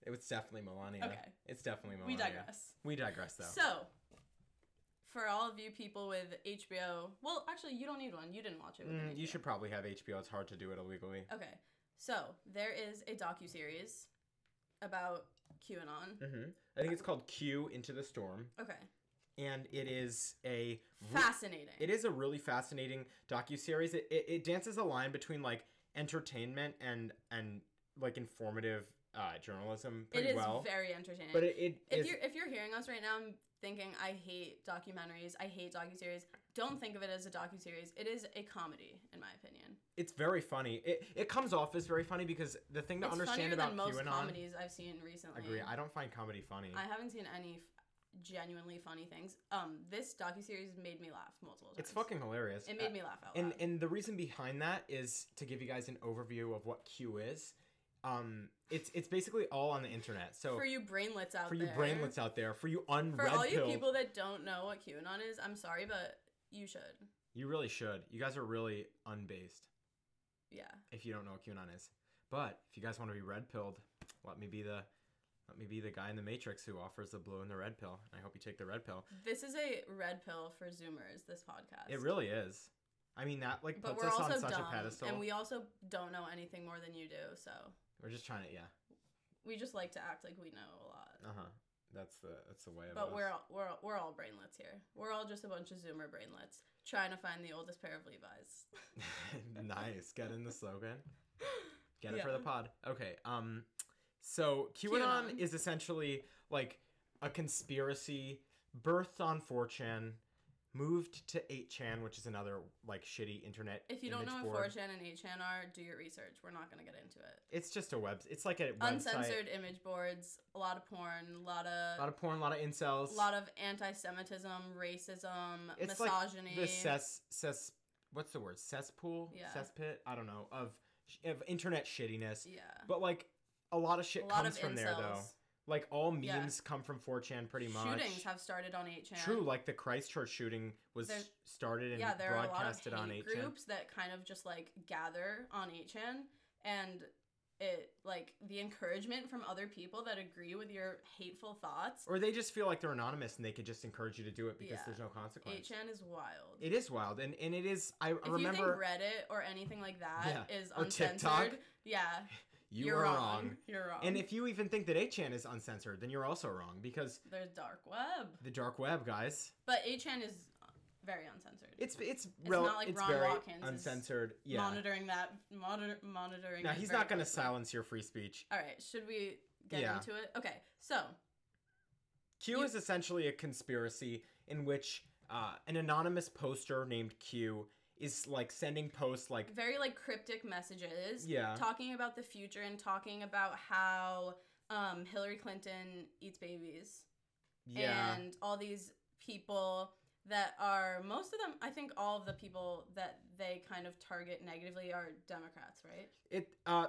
Speaker 3: It was definitely Melania.
Speaker 2: Okay.
Speaker 3: It's definitely
Speaker 2: We
Speaker 3: Melania.
Speaker 2: digress.
Speaker 3: We digress, though.
Speaker 2: So, for all of you people with HBO, well, actually, you don't need one. You didn't watch it. With an
Speaker 3: Mm, you
Speaker 2: HBO.
Speaker 3: should probably have HBO. It's hard to do it illegally.
Speaker 2: Okay, so there is a docu series about QAnon.
Speaker 3: hmm I think it's called Q Into the Storm,
Speaker 2: Okay,
Speaker 3: and it is a re-
Speaker 2: fascinating.
Speaker 3: it is a really fascinating docu series. It, it it dances a line between like entertainment and and like informative uh, journalism
Speaker 2: It
Speaker 3: pretty
Speaker 2: is
Speaker 3: well.
Speaker 2: very entertaining.
Speaker 3: but it, it
Speaker 2: if
Speaker 3: is-
Speaker 2: you're if you're hearing us right now and thinking I hate documentaries, I hate docuseries, don't think of it as a docuseries. It is a comedy, in my opinion.
Speaker 3: it's very funny. It it comes off as very funny because the thing to
Speaker 2: it's
Speaker 3: understand
Speaker 2: funnier
Speaker 3: about
Speaker 2: than most
Speaker 3: QAnon.
Speaker 2: comedies I've seen recently.
Speaker 3: Agree. I don't find comedy funny.
Speaker 2: I haven't seen any f- genuinely funny things. Um, this docuseries made me laugh multiple times.
Speaker 3: It's fucking hilarious. Uh,
Speaker 2: It made me laugh out
Speaker 3: and
Speaker 2: loud.
Speaker 3: and the reason behind that is to give you guys an overview of what Q is. Um, it's it's basically all on the internet. So
Speaker 2: for
Speaker 3: for,
Speaker 2: you brainlets out
Speaker 3: you
Speaker 2: there,
Speaker 3: brainlets out there, for you unread
Speaker 2: for all you
Speaker 3: pilled,
Speaker 2: people that don't know what QAnon is, I'm sorry, but you should.
Speaker 3: you really should. You guys are really unbased
Speaker 2: Yeah,
Speaker 3: if you don't know what QAnon is. But if you guys want to be red pilled, let me be the let me be the guy in the Matrix who offers the blue and the red pill. I hope you take the red pill.
Speaker 2: this is a red pill for Zoomers. This podcast.
Speaker 3: It really is. I mean that like
Speaker 2: But
Speaker 3: puts
Speaker 2: we're
Speaker 3: us on
Speaker 2: also
Speaker 3: such
Speaker 2: dumb,
Speaker 3: a pedestal.
Speaker 2: and we also don't know anything more than you do. So
Speaker 3: we're just trying to yeah.
Speaker 2: we just like to act like we know a lot.
Speaker 3: Uh huh. That's the that's the way. Of
Speaker 2: But
Speaker 3: us.
Speaker 2: we're all, we're all- we're all brainlets here. We're all just a bunch of Zoomer brainlets trying to find the oldest pair of Levi's.
Speaker 3: nice. Get in the slogan. Get it for
Speaker 2: Yeah.
Speaker 3: the pod. Okay. Um. So QAnon,
Speaker 2: QAnon.
Speaker 3: is essentially like a conspiracy birthed on 4chan, moved to 8chan, which is another like shitty internet.
Speaker 2: If you don't
Speaker 3: image
Speaker 2: know what
Speaker 3: board.
Speaker 2: 4chan and 8chan are, do your research. We're not going to get into it.
Speaker 3: it's just a web. It's like a website.
Speaker 2: Uncensored image boards, a lot of porn, a lot
Speaker 3: A lot
Speaker 2: of
Speaker 3: of porn, a lot of incels.
Speaker 2: a lot of anti-Semitism, racism,
Speaker 3: It's like
Speaker 2: misogyny.
Speaker 3: the cess cess. What's the word? Cesspool.
Speaker 2: Yeah.
Speaker 3: Cesspit. I don't know of sh- of internet shittiness.
Speaker 2: yeah,
Speaker 3: But like a lot of shit
Speaker 2: a lot
Speaker 3: comes
Speaker 2: of
Speaker 3: from
Speaker 2: incels.
Speaker 3: there though. Like all memes
Speaker 2: Yeah.
Speaker 3: come from 4chan pretty much.
Speaker 2: Shootings have started on 8chan.
Speaker 3: True, like the Christchurch shooting was
Speaker 2: There's-
Speaker 3: started and
Speaker 2: yeah, there are a lot of
Speaker 3: broadcasted
Speaker 2: hate
Speaker 3: on 8chan.
Speaker 2: groups that kind of just like gather on 8chan and it like the encouragement from other people that agree with your hateful thoughts.
Speaker 3: Or they just feel like they're anonymous and they could just encourage you to do it because
Speaker 2: Yeah.
Speaker 3: there's no consequence.
Speaker 2: 8chan is wild.
Speaker 3: It is wild and, and it is I
Speaker 2: if you think
Speaker 3: remember
Speaker 2: Reddit or anything like that is
Speaker 3: or TikTok.
Speaker 2: uncensored, yeah,
Speaker 3: you
Speaker 2: you're
Speaker 3: are
Speaker 2: wrong.
Speaker 3: wrong.
Speaker 2: You're wrong.
Speaker 3: And if you even think that 8chan is uncensored, then you're also wrong because
Speaker 2: there's dark web,
Speaker 3: the dark web, guys,
Speaker 2: but 8chan is very uncensored.
Speaker 3: it's it's
Speaker 2: not
Speaker 3: rel-
Speaker 2: like
Speaker 3: it's
Speaker 2: Ron
Speaker 3: very
Speaker 2: Watkins is
Speaker 3: uncensored. Yeah.
Speaker 2: monitoring that monitor monitoring.
Speaker 3: now
Speaker 2: it
Speaker 3: he's
Speaker 2: very
Speaker 3: not going to
Speaker 2: closely.
Speaker 3: silence your free speech.
Speaker 2: All right, should we get
Speaker 3: Yeah.
Speaker 2: into it? Okay, so
Speaker 3: Q
Speaker 2: You-
Speaker 3: is essentially a conspiracy in which uh, an anonymous poster named Q is like sending posts like
Speaker 2: very like cryptic messages,
Speaker 3: yeah
Speaker 2: talking about the future and talking about how um, Hillary Clinton eats babies.
Speaker 3: yeah
Speaker 2: and all these people that are most of them i think all of the people that they kind of target negatively are democrats right
Speaker 3: it uh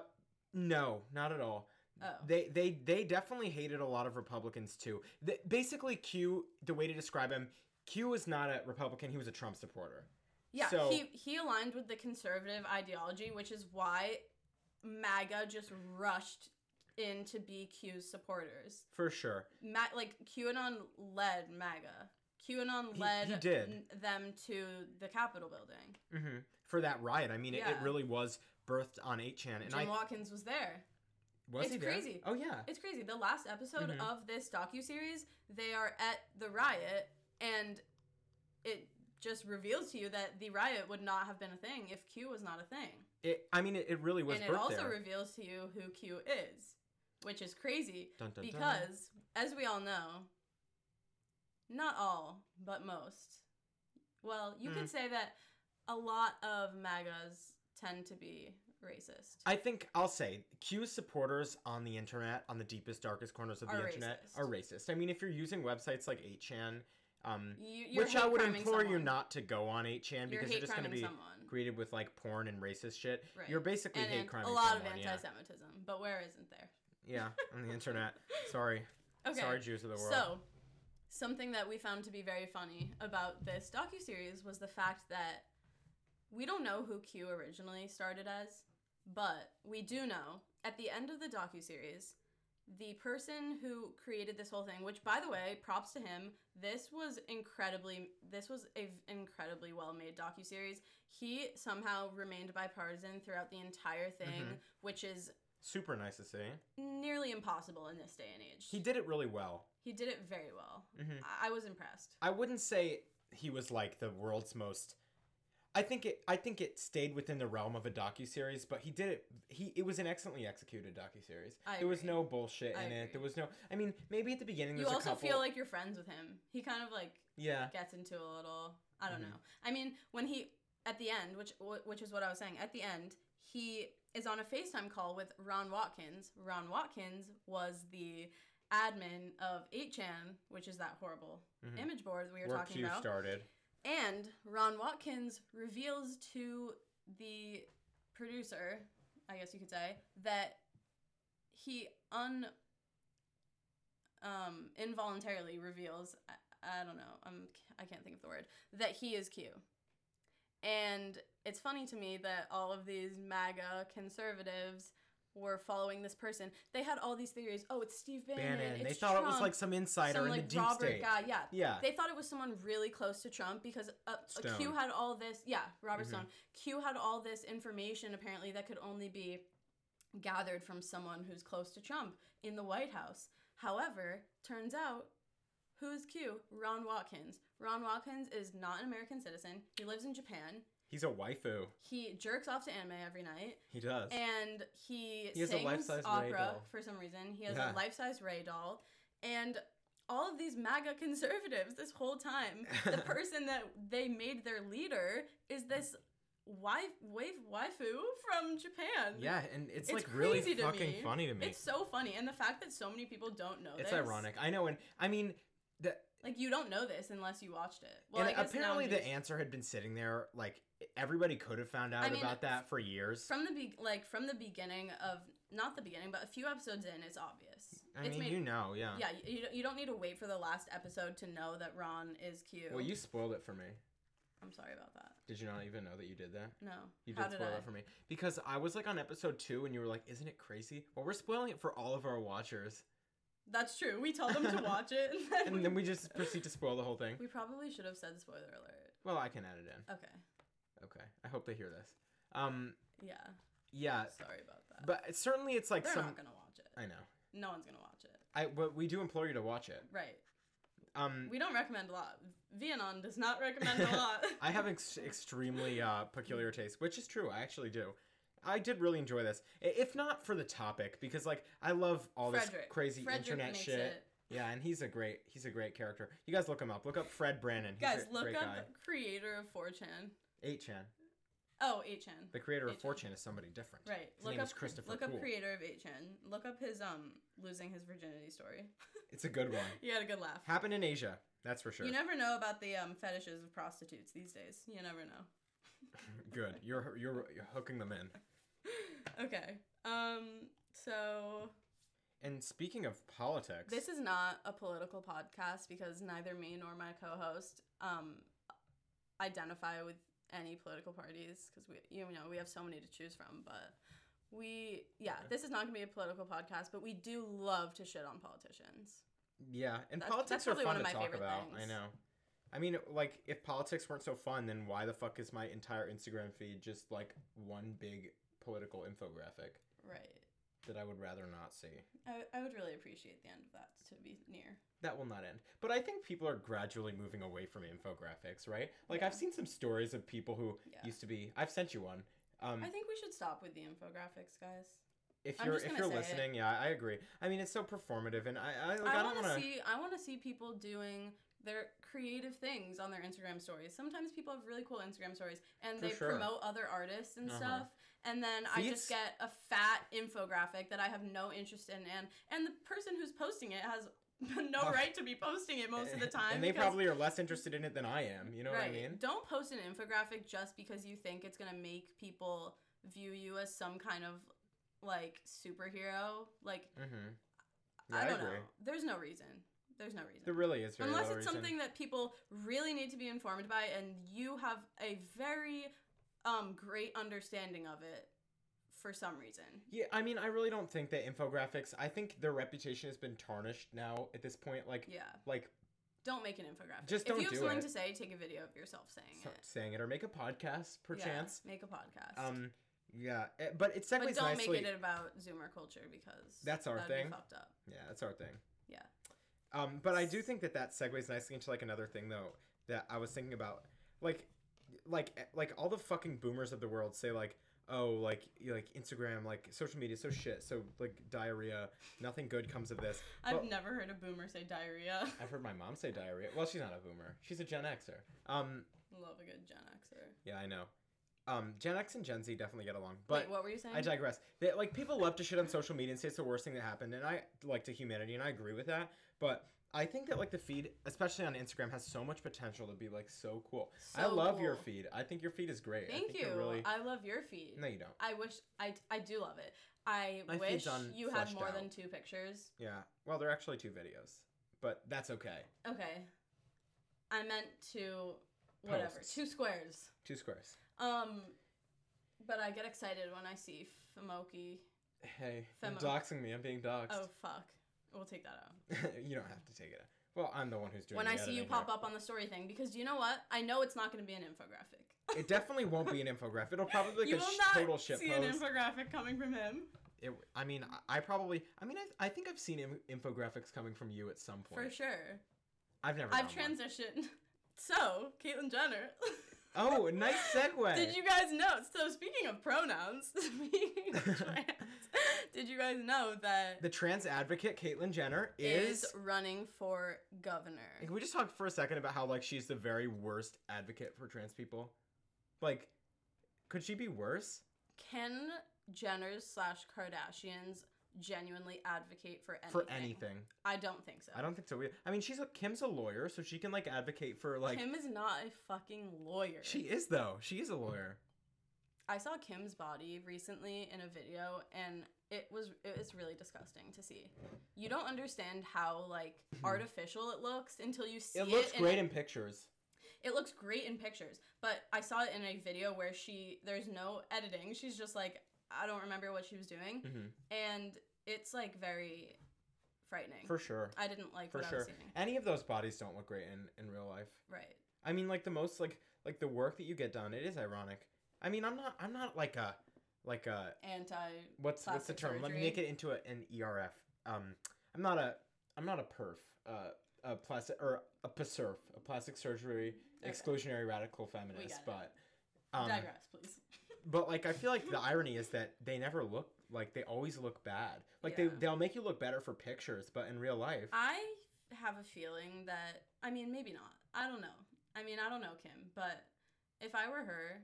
Speaker 3: no not at all
Speaker 2: Oh.
Speaker 3: they they they definitely hated a lot of republicans too Th basically Q the way to describe him Q was not a republican he was a Trump supporter
Speaker 2: yeah
Speaker 3: So-
Speaker 2: he he aligned with the conservative ideology which is why maga just rushed into BQ's supporters.
Speaker 3: for sure.
Speaker 2: Ma- like QAnon led MAGA. QAnon
Speaker 3: He-
Speaker 2: led
Speaker 3: he did.
Speaker 2: n- them to the Capitol building.
Speaker 3: hmm For that riot, I mean, it, it
Speaker 2: Mm-hmm. Yeah.
Speaker 3: really was birthed on 8chan, and
Speaker 2: Jim
Speaker 3: I
Speaker 2: Watkins was there.
Speaker 3: was
Speaker 2: It's
Speaker 3: he there?
Speaker 2: crazy.
Speaker 3: Oh yeah,
Speaker 2: It's crazy. The last episode
Speaker 3: Mhm.
Speaker 2: of this docu series, they are at the riot, and it just reveals to you that the riot would not have been a thing if Q was not a thing.
Speaker 3: it. I mean, it, it really was
Speaker 2: and
Speaker 3: birthed
Speaker 2: it also
Speaker 3: there.
Speaker 2: reveals to you who Q is, which is crazy
Speaker 3: Dun, dun, dun.
Speaker 2: because, as we all know, not all, but most. Well, you
Speaker 3: Mm.
Speaker 2: could say that a lot of MAGAs tend to be racist.
Speaker 3: I think I'll say Q's supporters on the internet, on the deepest, darkest corners of the
Speaker 2: Are
Speaker 3: internet,
Speaker 2: racist.
Speaker 3: are racist. I mean, if you're using websites like 8chan, um,
Speaker 2: you, you're
Speaker 3: which I would
Speaker 2: hate-criming
Speaker 3: implore you
Speaker 2: someone.
Speaker 3: not to go on 8chan
Speaker 2: You're
Speaker 3: because you're just going to
Speaker 2: hate-criming
Speaker 3: be
Speaker 2: someone.
Speaker 3: greeted with like porn and racist shit.
Speaker 2: Right.
Speaker 3: You're basically
Speaker 2: and
Speaker 3: hate
Speaker 2: an-
Speaker 3: crime.
Speaker 2: a lot
Speaker 3: someone,
Speaker 2: of
Speaker 3: yeah.
Speaker 2: anti-Semitism, but where isn't there?
Speaker 3: Yeah, on the internet. Sorry,
Speaker 2: Okay.
Speaker 3: sorry, Jews of the world.
Speaker 2: So, something that we found to be very funny about this docuseries was the fact that we don't know who Q originally started as, but we do know at the end of the docuseries, the person who created this whole thing, which by the way, props to him, this was incredibly this was a v- incredibly well-made docuseries. He somehow remained bipartisan throughout the entire thing,
Speaker 3: Mhm.
Speaker 2: which is
Speaker 3: Super nice to see.
Speaker 2: nearly impossible in this day and age.
Speaker 3: He did it really well.
Speaker 2: He did it very well.
Speaker 3: Mhm.
Speaker 2: I, I was impressed.
Speaker 3: I wouldn't say he was like the world's most. I think it. I think it stayed within the realm of a docu series, but he did it. He it was an excellently executed docu series.
Speaker 2: I
Speaker 3: There was
Speaker 2: agree.
Speaker 3: no bullshit in
Speaker 2: I
Speaker 3: it.
Speaker 2: agree.
Speaker 3: There was no. I mean, maybe at the beginning
Speaker 2: You
Speaker 3: there's a
Speaker 2: also
Speaker 3: couple.
Speaker 2: feel like you're friends with him. He kind of like
Speaker 3: yeah,
Speaker 2: gets into a little. I don't
Speaker 3: Mhm.
Speaker 2: know. I mean, when he at the end, which wh- which is what I was saying, at the end he is on a FaceTime call with Ron Watkins. Ron Watkins was the admin of 8chan, which is that horrible
Speaker 3: Mhm.
Speaker 2: image board we were
Speaker 3: where
Speaker 2: talking
Speaker 3: Q
Speaker 2: about.
Speaker 3: started.
Speaker 2: And Ron Watkins reveals to the producer, I guess you could say, that he un um, involuntarily reveals I, I don't know I'm, I can't think of the word that he is Q. And it's funny to me that all of these MAGA conservatives were following this person. They had all these theories. Oh, it's Steve Bannon.
Speaker 3: Bannon. they
Speaker 2: it's
Speaker 3: thought it was
Speaker 2: Trump,
Speaker 3: like some insider
Speaker 2: some,
Speaker 3: in
Speaker 2: like,
Speaker 3: the deep
Speaker 2: Robert
Speaker 3: state.
Speaker 2: guy. Yeah,
Speaker 3: Yeah,
Speaker 2: they thought it was someone really close to Trump because uh, uh, Q
Speaker 3: Stone.
Speaker 2: had all this. Yeah, Robert
Speaker 3: Mhm.
Speaker 2: Stone. Q had all this information apparently that could only be gathered from someone who's close to Trump in the White House. However, turns out who's Q? Ron Watkins. Ron Watkins is not an American citizen. He lives in Japan.
Speaker 3: he's a waifu.
Speaker 2: He jerks off to anime every night.
Speaker 3: He does.
Speaker 2: And he,
Speaker 3: He has a
Speaker 2: sings
Speaker 3: life-size Ray
Speaker 2: opera
Speaker 3: doll.
Speaker 2: for some reason. He has a
Speaker 3: Yeah.
Speaker 2: life size Ray doll. And all of these MAGA conservatives this whole time, the person that they made their leader is this wife, wave waifu from Japan.
Speaker 3: yeah, and it's,
Speaker 2: it's
Speaker 3: like really
Speaker 2: crazy to
Speaker 3: fucking
Speaker 2: me.
Speaker 3: funny to me.
Speaker 2: It's so funny. And the fact that so many people don't know
Speaker 3: It's
Speaker 2: this.
Speaker 3: ironic. I know, and I mean that
Speaker 2: Like, you don't know this unless you watched it. Well, I
Speaker 3: and
Speaker 2: guess
Speaker 3: apparently the
Speaker 2: nowadays-
Speaker 3: answer had been sitting there. Like everybody could have found out
Speaker 2: mean,
Speaker 3: about that for years.
Speaker 2: From the be- like from the beginning of not the beginning but a few episodes in it's obvious.
Speaker 3: I
Speaker 2: it's
Speaker 3: mean, you know, yeah.
Speaker 2: Yeah, you- you, don't- you don't need to wait for the last episode to know that Ron is Q.
Speaker 3: Well, you spoiled it for me.
Speaker 2: I'm sorry about that.
Speaker 3: Did you not even know that you did that?
Speaker 2: No.
Speaker 3: You
Speaker 2: How
Speaker 3: did spoil
Speaker 2: I?
Speaker 3: it for me because I was like on episode two, and you were like, "Isn't it crazy?" Well, we're spoiling it for all of our watchers,
Speaker 2: That's true. We tell them to watch it. And then,
Speaker 3: and then we just proceed to spoil the whole thing.
Speaker 2: We probably should have said spoiler alert.
Speaker 3: Well, I can add it in.
Speaker 2: Okay.
Speaker 3: Okay, I hope they hear this. Um,
Speaker 2: Yeah.
Speaker 3: yeah,
Speaker 2: Sorry about that.
Speaker 3: Uh, but certainly it's like
Speaker 2: They're
Speaker 3: some.
Speaker 2: not going to watch it.
Speaker 3: I know.
Speaker 2: No one's going to watch it.
Speaker 3: I but we do implore you to watch it.
Speaker 2: Right.
Speaker 3: Um,
Speaker 2: We don't recommend a lot. Vianon does not recommend a lot.
Speaker 3: I have ex- extremely uh, peculiar taste, which is true. I actually do. I did really enjoy this, I- if not for the topic, because like I love all this
Speaker 2: Frederick.
Speaker 3: crazy
Speaker 2: Frederick
Speaker 3: internet
Speaker 2: makes
Speaker 3: shit.
Speaker 2: it.
Speaker 3: Yeah, and he's a great he's a great character. You guys look him up. Look up Fred Brannon. He's
Speaker 2: Guys,
Speaker 3: a
Speaker 2: look
Speaker 3: great
Speaker 2: up
Speaker 3: guy.
Speaker 2: creator of 4chan.
Speaker 3: Eight Chan.
Speaker 2: Oh, 8chan.
Speaker 3: The creator of
Speaker 2: 8chan.
Speaker 3: Fortune is somebody different.
Speaker 2: Right.
Speaker 3: His
Speaker 2: look
Speaker 3: name
Speaker 2: up
Speaker 3: is Christopher
Speaker 2: Look up
Speaker 3: Cool.
Speaker 2: creator of 8chan. Look up his um losing his virginity story.
Speaker 3: It's a good one.
Speaker 2: You had a good laugh.
Speaker 3: Happened in Asia. That's for sure.
Speaker 2: You never know about the um, fetishes of prostitutes these days. You never know.
Speaker 3: good. You're you're you're hooking them in.
Speaker 2: Okay. Um. So
Speaker 3: And speaking of politics,
Speaker 2: this is not a political podcast because neither me nor my co-host um identify with any political parties because we you know we have so many to choose from, but We yeah,
Speaker 3: Okay.
Speaker 2: this is not gonna be a political podcast, but we do love to shit on politicians.
Speaker 3: Yeah, and
Speaker 2: That's-
Speaker 3: politics
Speaker 2: that's
Speaker 3: are
Speaker 2: probably
Speaker 3: fun
Speaker 2: one of
Speaker 3: to
Speaker 2: my
Speaker 3: talk
Speaker 2: favorite
Speaker 3: about. I
Speaker 2: things.
Speaker 3: know. I mean, like, if politics weren't so fun, then why the fuck is my entire Instagram feed just like one big political infographic
Speaker 2: Right.
Speaker 3: that I would rather not see?
Speaker 2: I, I would really appreciate the end of that to be near.
Speaker 3: That will not end. But I think people are gradually moving away from infographics, right? Like,
Speaker 2: Yeah.
Speaker 3: I've seen some stories of people who
Speaker 2: Yeah.
Speaker 3: used to be. I've sent you one. Um,
Speaker 2: I think we should stop with the infographics, guys.
Speaker 3: if
Speaker 2: I'm
Speaker 3: you're
Speaker 2: just
Speaker 3: if
Speaker 2: gonna
Speaker 3: you're
Speaker 2: say it.
Speaker 3: listening, yeah, I agree. I mean, it's so performative, and I I, like, I,
Speaker 2: I,
Speaker 3: don't
Speaker 2: want to
Speaker 3: want
Speaker 2: see I want to see people doing their creative things on their Instagram stories. Sometimes people have really cool Instagram stories and
Speaker 3: For
Speaker 2: they
Speaker 3: sure.
Speaker 2: promote other artists and
Speaker 3: Uh-huh.
Speaker 2: stuff. And then I just
Speaker 3: Feats?
Speaker 2: get a fat infographic that I have no interest in, and and the person who's posting it has no
Speaker 3: Oh.
Speaker 2: right to be posting it most of the time.
Speaker 3: and they
Speaker 2: because-
Speaker 3: probably are less interested in it than I am. You know
Speaker 2: right.
Speaker 3: what I mean?
Speaker 2: Don't post an infographic just because you think it's gonna make people view you as some kind of like superhero. Like
Speaker 3: Mm-hmm.
Speaker 2: I don't know. There's no reason. There's no reason.
Speaker 3: There really is very
Speaker 2: Unless
Speaker 3: low
Speaker 2: it's
Speaker 3: reason.
Speaker 2: something that people really need to be informed by, and you have a very um, great understanding of it for some reason.
Speaker 3: Yeah, I mean, I really don't think that infographics. I think their reputation has been tarnished now at this point. Like,
Speaker 2: Yeah,
Speaker 3: like
Speaker 2: don't make an infographic.
Speaker 3: Just don't
Speaker 2: if you have
Speaker 3: do
Speaker 2: something
Speaker 3: it.
Speaker 2: to say, take a video of yourself saying
Speaker 3: so-
Speaker 2: it.
Speaker 3: saying it or make a podcast perchance.
Speaker 2: Yeah, make a podcast.
Speaker 3: Um, yeah, eh, but it segues
Speaker 2: but don't
Speaker 3: nicely.
Speaker 2: make it about Zoomer culture because
Speaker 3: That's our
Speaker 2: that'd be
Speaker 3: thing.
Speaker 2: fucked up.
Speaker 3: Yeah, that's our thing.
Speaker 2: Yeah.
Speaker 3: Um, but I do think that that segues nicely into like another thing though that I was thinking about, like, like, eh, like all the fucking boomers of the world say like, oh, like, you like Instagram, like social media, is so shit, so like diarrhea, nothing good comes of this.
Speaker 2: I've
Speaker 3: Well-
Speaker 2: never heard a boomer say diarrhea.
Speaker 3: I've heard my mom say diarrhea. Well, she's not a boomer. She's a Gen Xer. Um,
Speaker 2: Love a good Gen Xer.
Speaker 3: yeah, I know. Um, Gen X and Gen Z definitely get along,
Speaker 2: Wait,
Speaker 3: but
Speaker 2: what were you saying?
Speaker 3: I digress. They, like people love to shit on social media and say it's the worst thing that happened, and I like to humanity, and I agree with that. But I think that like the feed, especially on Instagram, has so much potential to be like so cool. I
Speaker 2: So
Speaker 3: love your
Speaker 2: cool.
Speaker 3: feed. I think your feed is great. I
Speaker 2: Thank
Speaker 3: think you're
Speaker 2: you.
Speaker 3: Really,
Speaker 2: I love your feed.
Speaker 3: no, you don't.
Speaker 2: I wish I I do love it. I
Speaker 3: My feed's
Speaker 2: wish
Speaker 3: on
Speaker 2: you had
Speaker 3: fleshed
Speaker 2: more
Speaker 3: out.
Speaker 2: than two pictures.
Speaker 3: Yeah. Well, they're actually two videos, but that's okay.
Speaker 2: Okay. I meant to whatever.
Speaker 3: Posts.
Speaker 2: Two squares.
Speaker 3: Two squares.
Speaker 2: Um but I get excited when I see Famoki.
Speaker 3: Hey, you're
Speaker 2: Femo.
Speaker 3: doxing me. I'm being doxed.
Speaker 2: Oh fuck. We'll take that out.
Speaker 3: you don't have to take it. out. Well, I'm the one who's doing.
Speaker 2: When
Speaker 3: the
Speaker 2: I see you
Speaker 3: editing
Speaker 2: pop
Speaker 3: here.
Speaker 2: up on the story thing, because you know what? I know it's not going to be an infographic.
Speaker 3: it definitely won't be an infographic. It'll probably be
Speaker 2: you
Speaker 3: like a
Speaker 2: will
Speaker 3: sh-
Speaker 2: not
Speaker 3: total shit
Speaker 2: see an
Speaker 3: post.
Speaker 2: infographic coming from him
Speaker 3: it, I mean, I, I probably. I mean, I, I think I've seen Im- infographics coming from you at some point.
Speaker 2: for sure.
Speaker 3: I've never.
Speaker 2: I've
Speaker 3: done one.
Speaker 2: transitioned. So, Caitlyn Jenner.
Speaker 3: Oh, nice segue.
Speaker 2: Did you guys know? So speaking of pronouns, speaking of trans, did you guys know that
Speaker 3: The trans advocate Caitlyn Jenner
Speaker 2: is,
Speaker 3: is.
Speaker 2: running for governor?
Speaker 3: Can we just talk for a second about how like she's the very worst advocate for trans people? Like, could she be worse?
Speaker 2: Can Jenner's slash Kardashians genuinely advocate for anything?
Speaker 3: For anything,
Speaker 2: I don't think so.
Speaker 3: I don't think so. We- I mean, she's a, Kim's a lawyer, so she can like advocate for like.
Speaker 2: Kim is not a fucking lawyer.
Speaker 3: she is though. She is a lawyer.
Speaker 2: I saw Kim's body recently in a video, and it was it was really disgusting to see. You don't understand how like artificial it looks until you see
Speaker 3: It
Speaker 2: it.
Speaker 3: looks
Speaker 2: in
Speaker 3: great in pictures.
Speaker 2: It looks great in pictures, but I saw it in a video where she there's no editing. She's just like I don't remember what she was doing,
Speaker 3: hmm
Speaker 2: and it's like very frightening.
Speaker 3: For sure.
Speaker 2: I didn't like
Speaker 3: For
Speaker 2: what I
Speaker 3: sure.
Speaker 2: was seeing.
Speaker 3: Any of those bodies don't look great in, in real life.
Speaker 2: Right.
Speaker 3: I mean, like the most like like the work that you get done, it is ironic. I mean, I'm not I'm not like a like a
Speaker 2: Anti.
Speaker 3: what's what's the
Speaker 2: Plastic
Speaker 3: term? Let me
Speaker 2: surgery.
Speaker 3: make it into a, an ERF. Um, I'm not a I'm not a perf. Uh, a plastic or a PSERF, a plastic surgery
Speaker 2: Okay.
Speaker 3: exclusionary radical feminist.
Speaker 2: got
Speaker 3: But um,
Speaker 2: digress, please.
Speaker 3: but like I feel like
Speaker 2: Hmm.
Speaker 3: the irony is that they never look like they always look bad. Like they
Speaker 2: Yeah.
Speaker 3: they'll make you look better for pictures, but in real life,
Speaker 2: I have a feeling that I mean maybe not. I don't know. I mean I don't know Kim, but if I were her,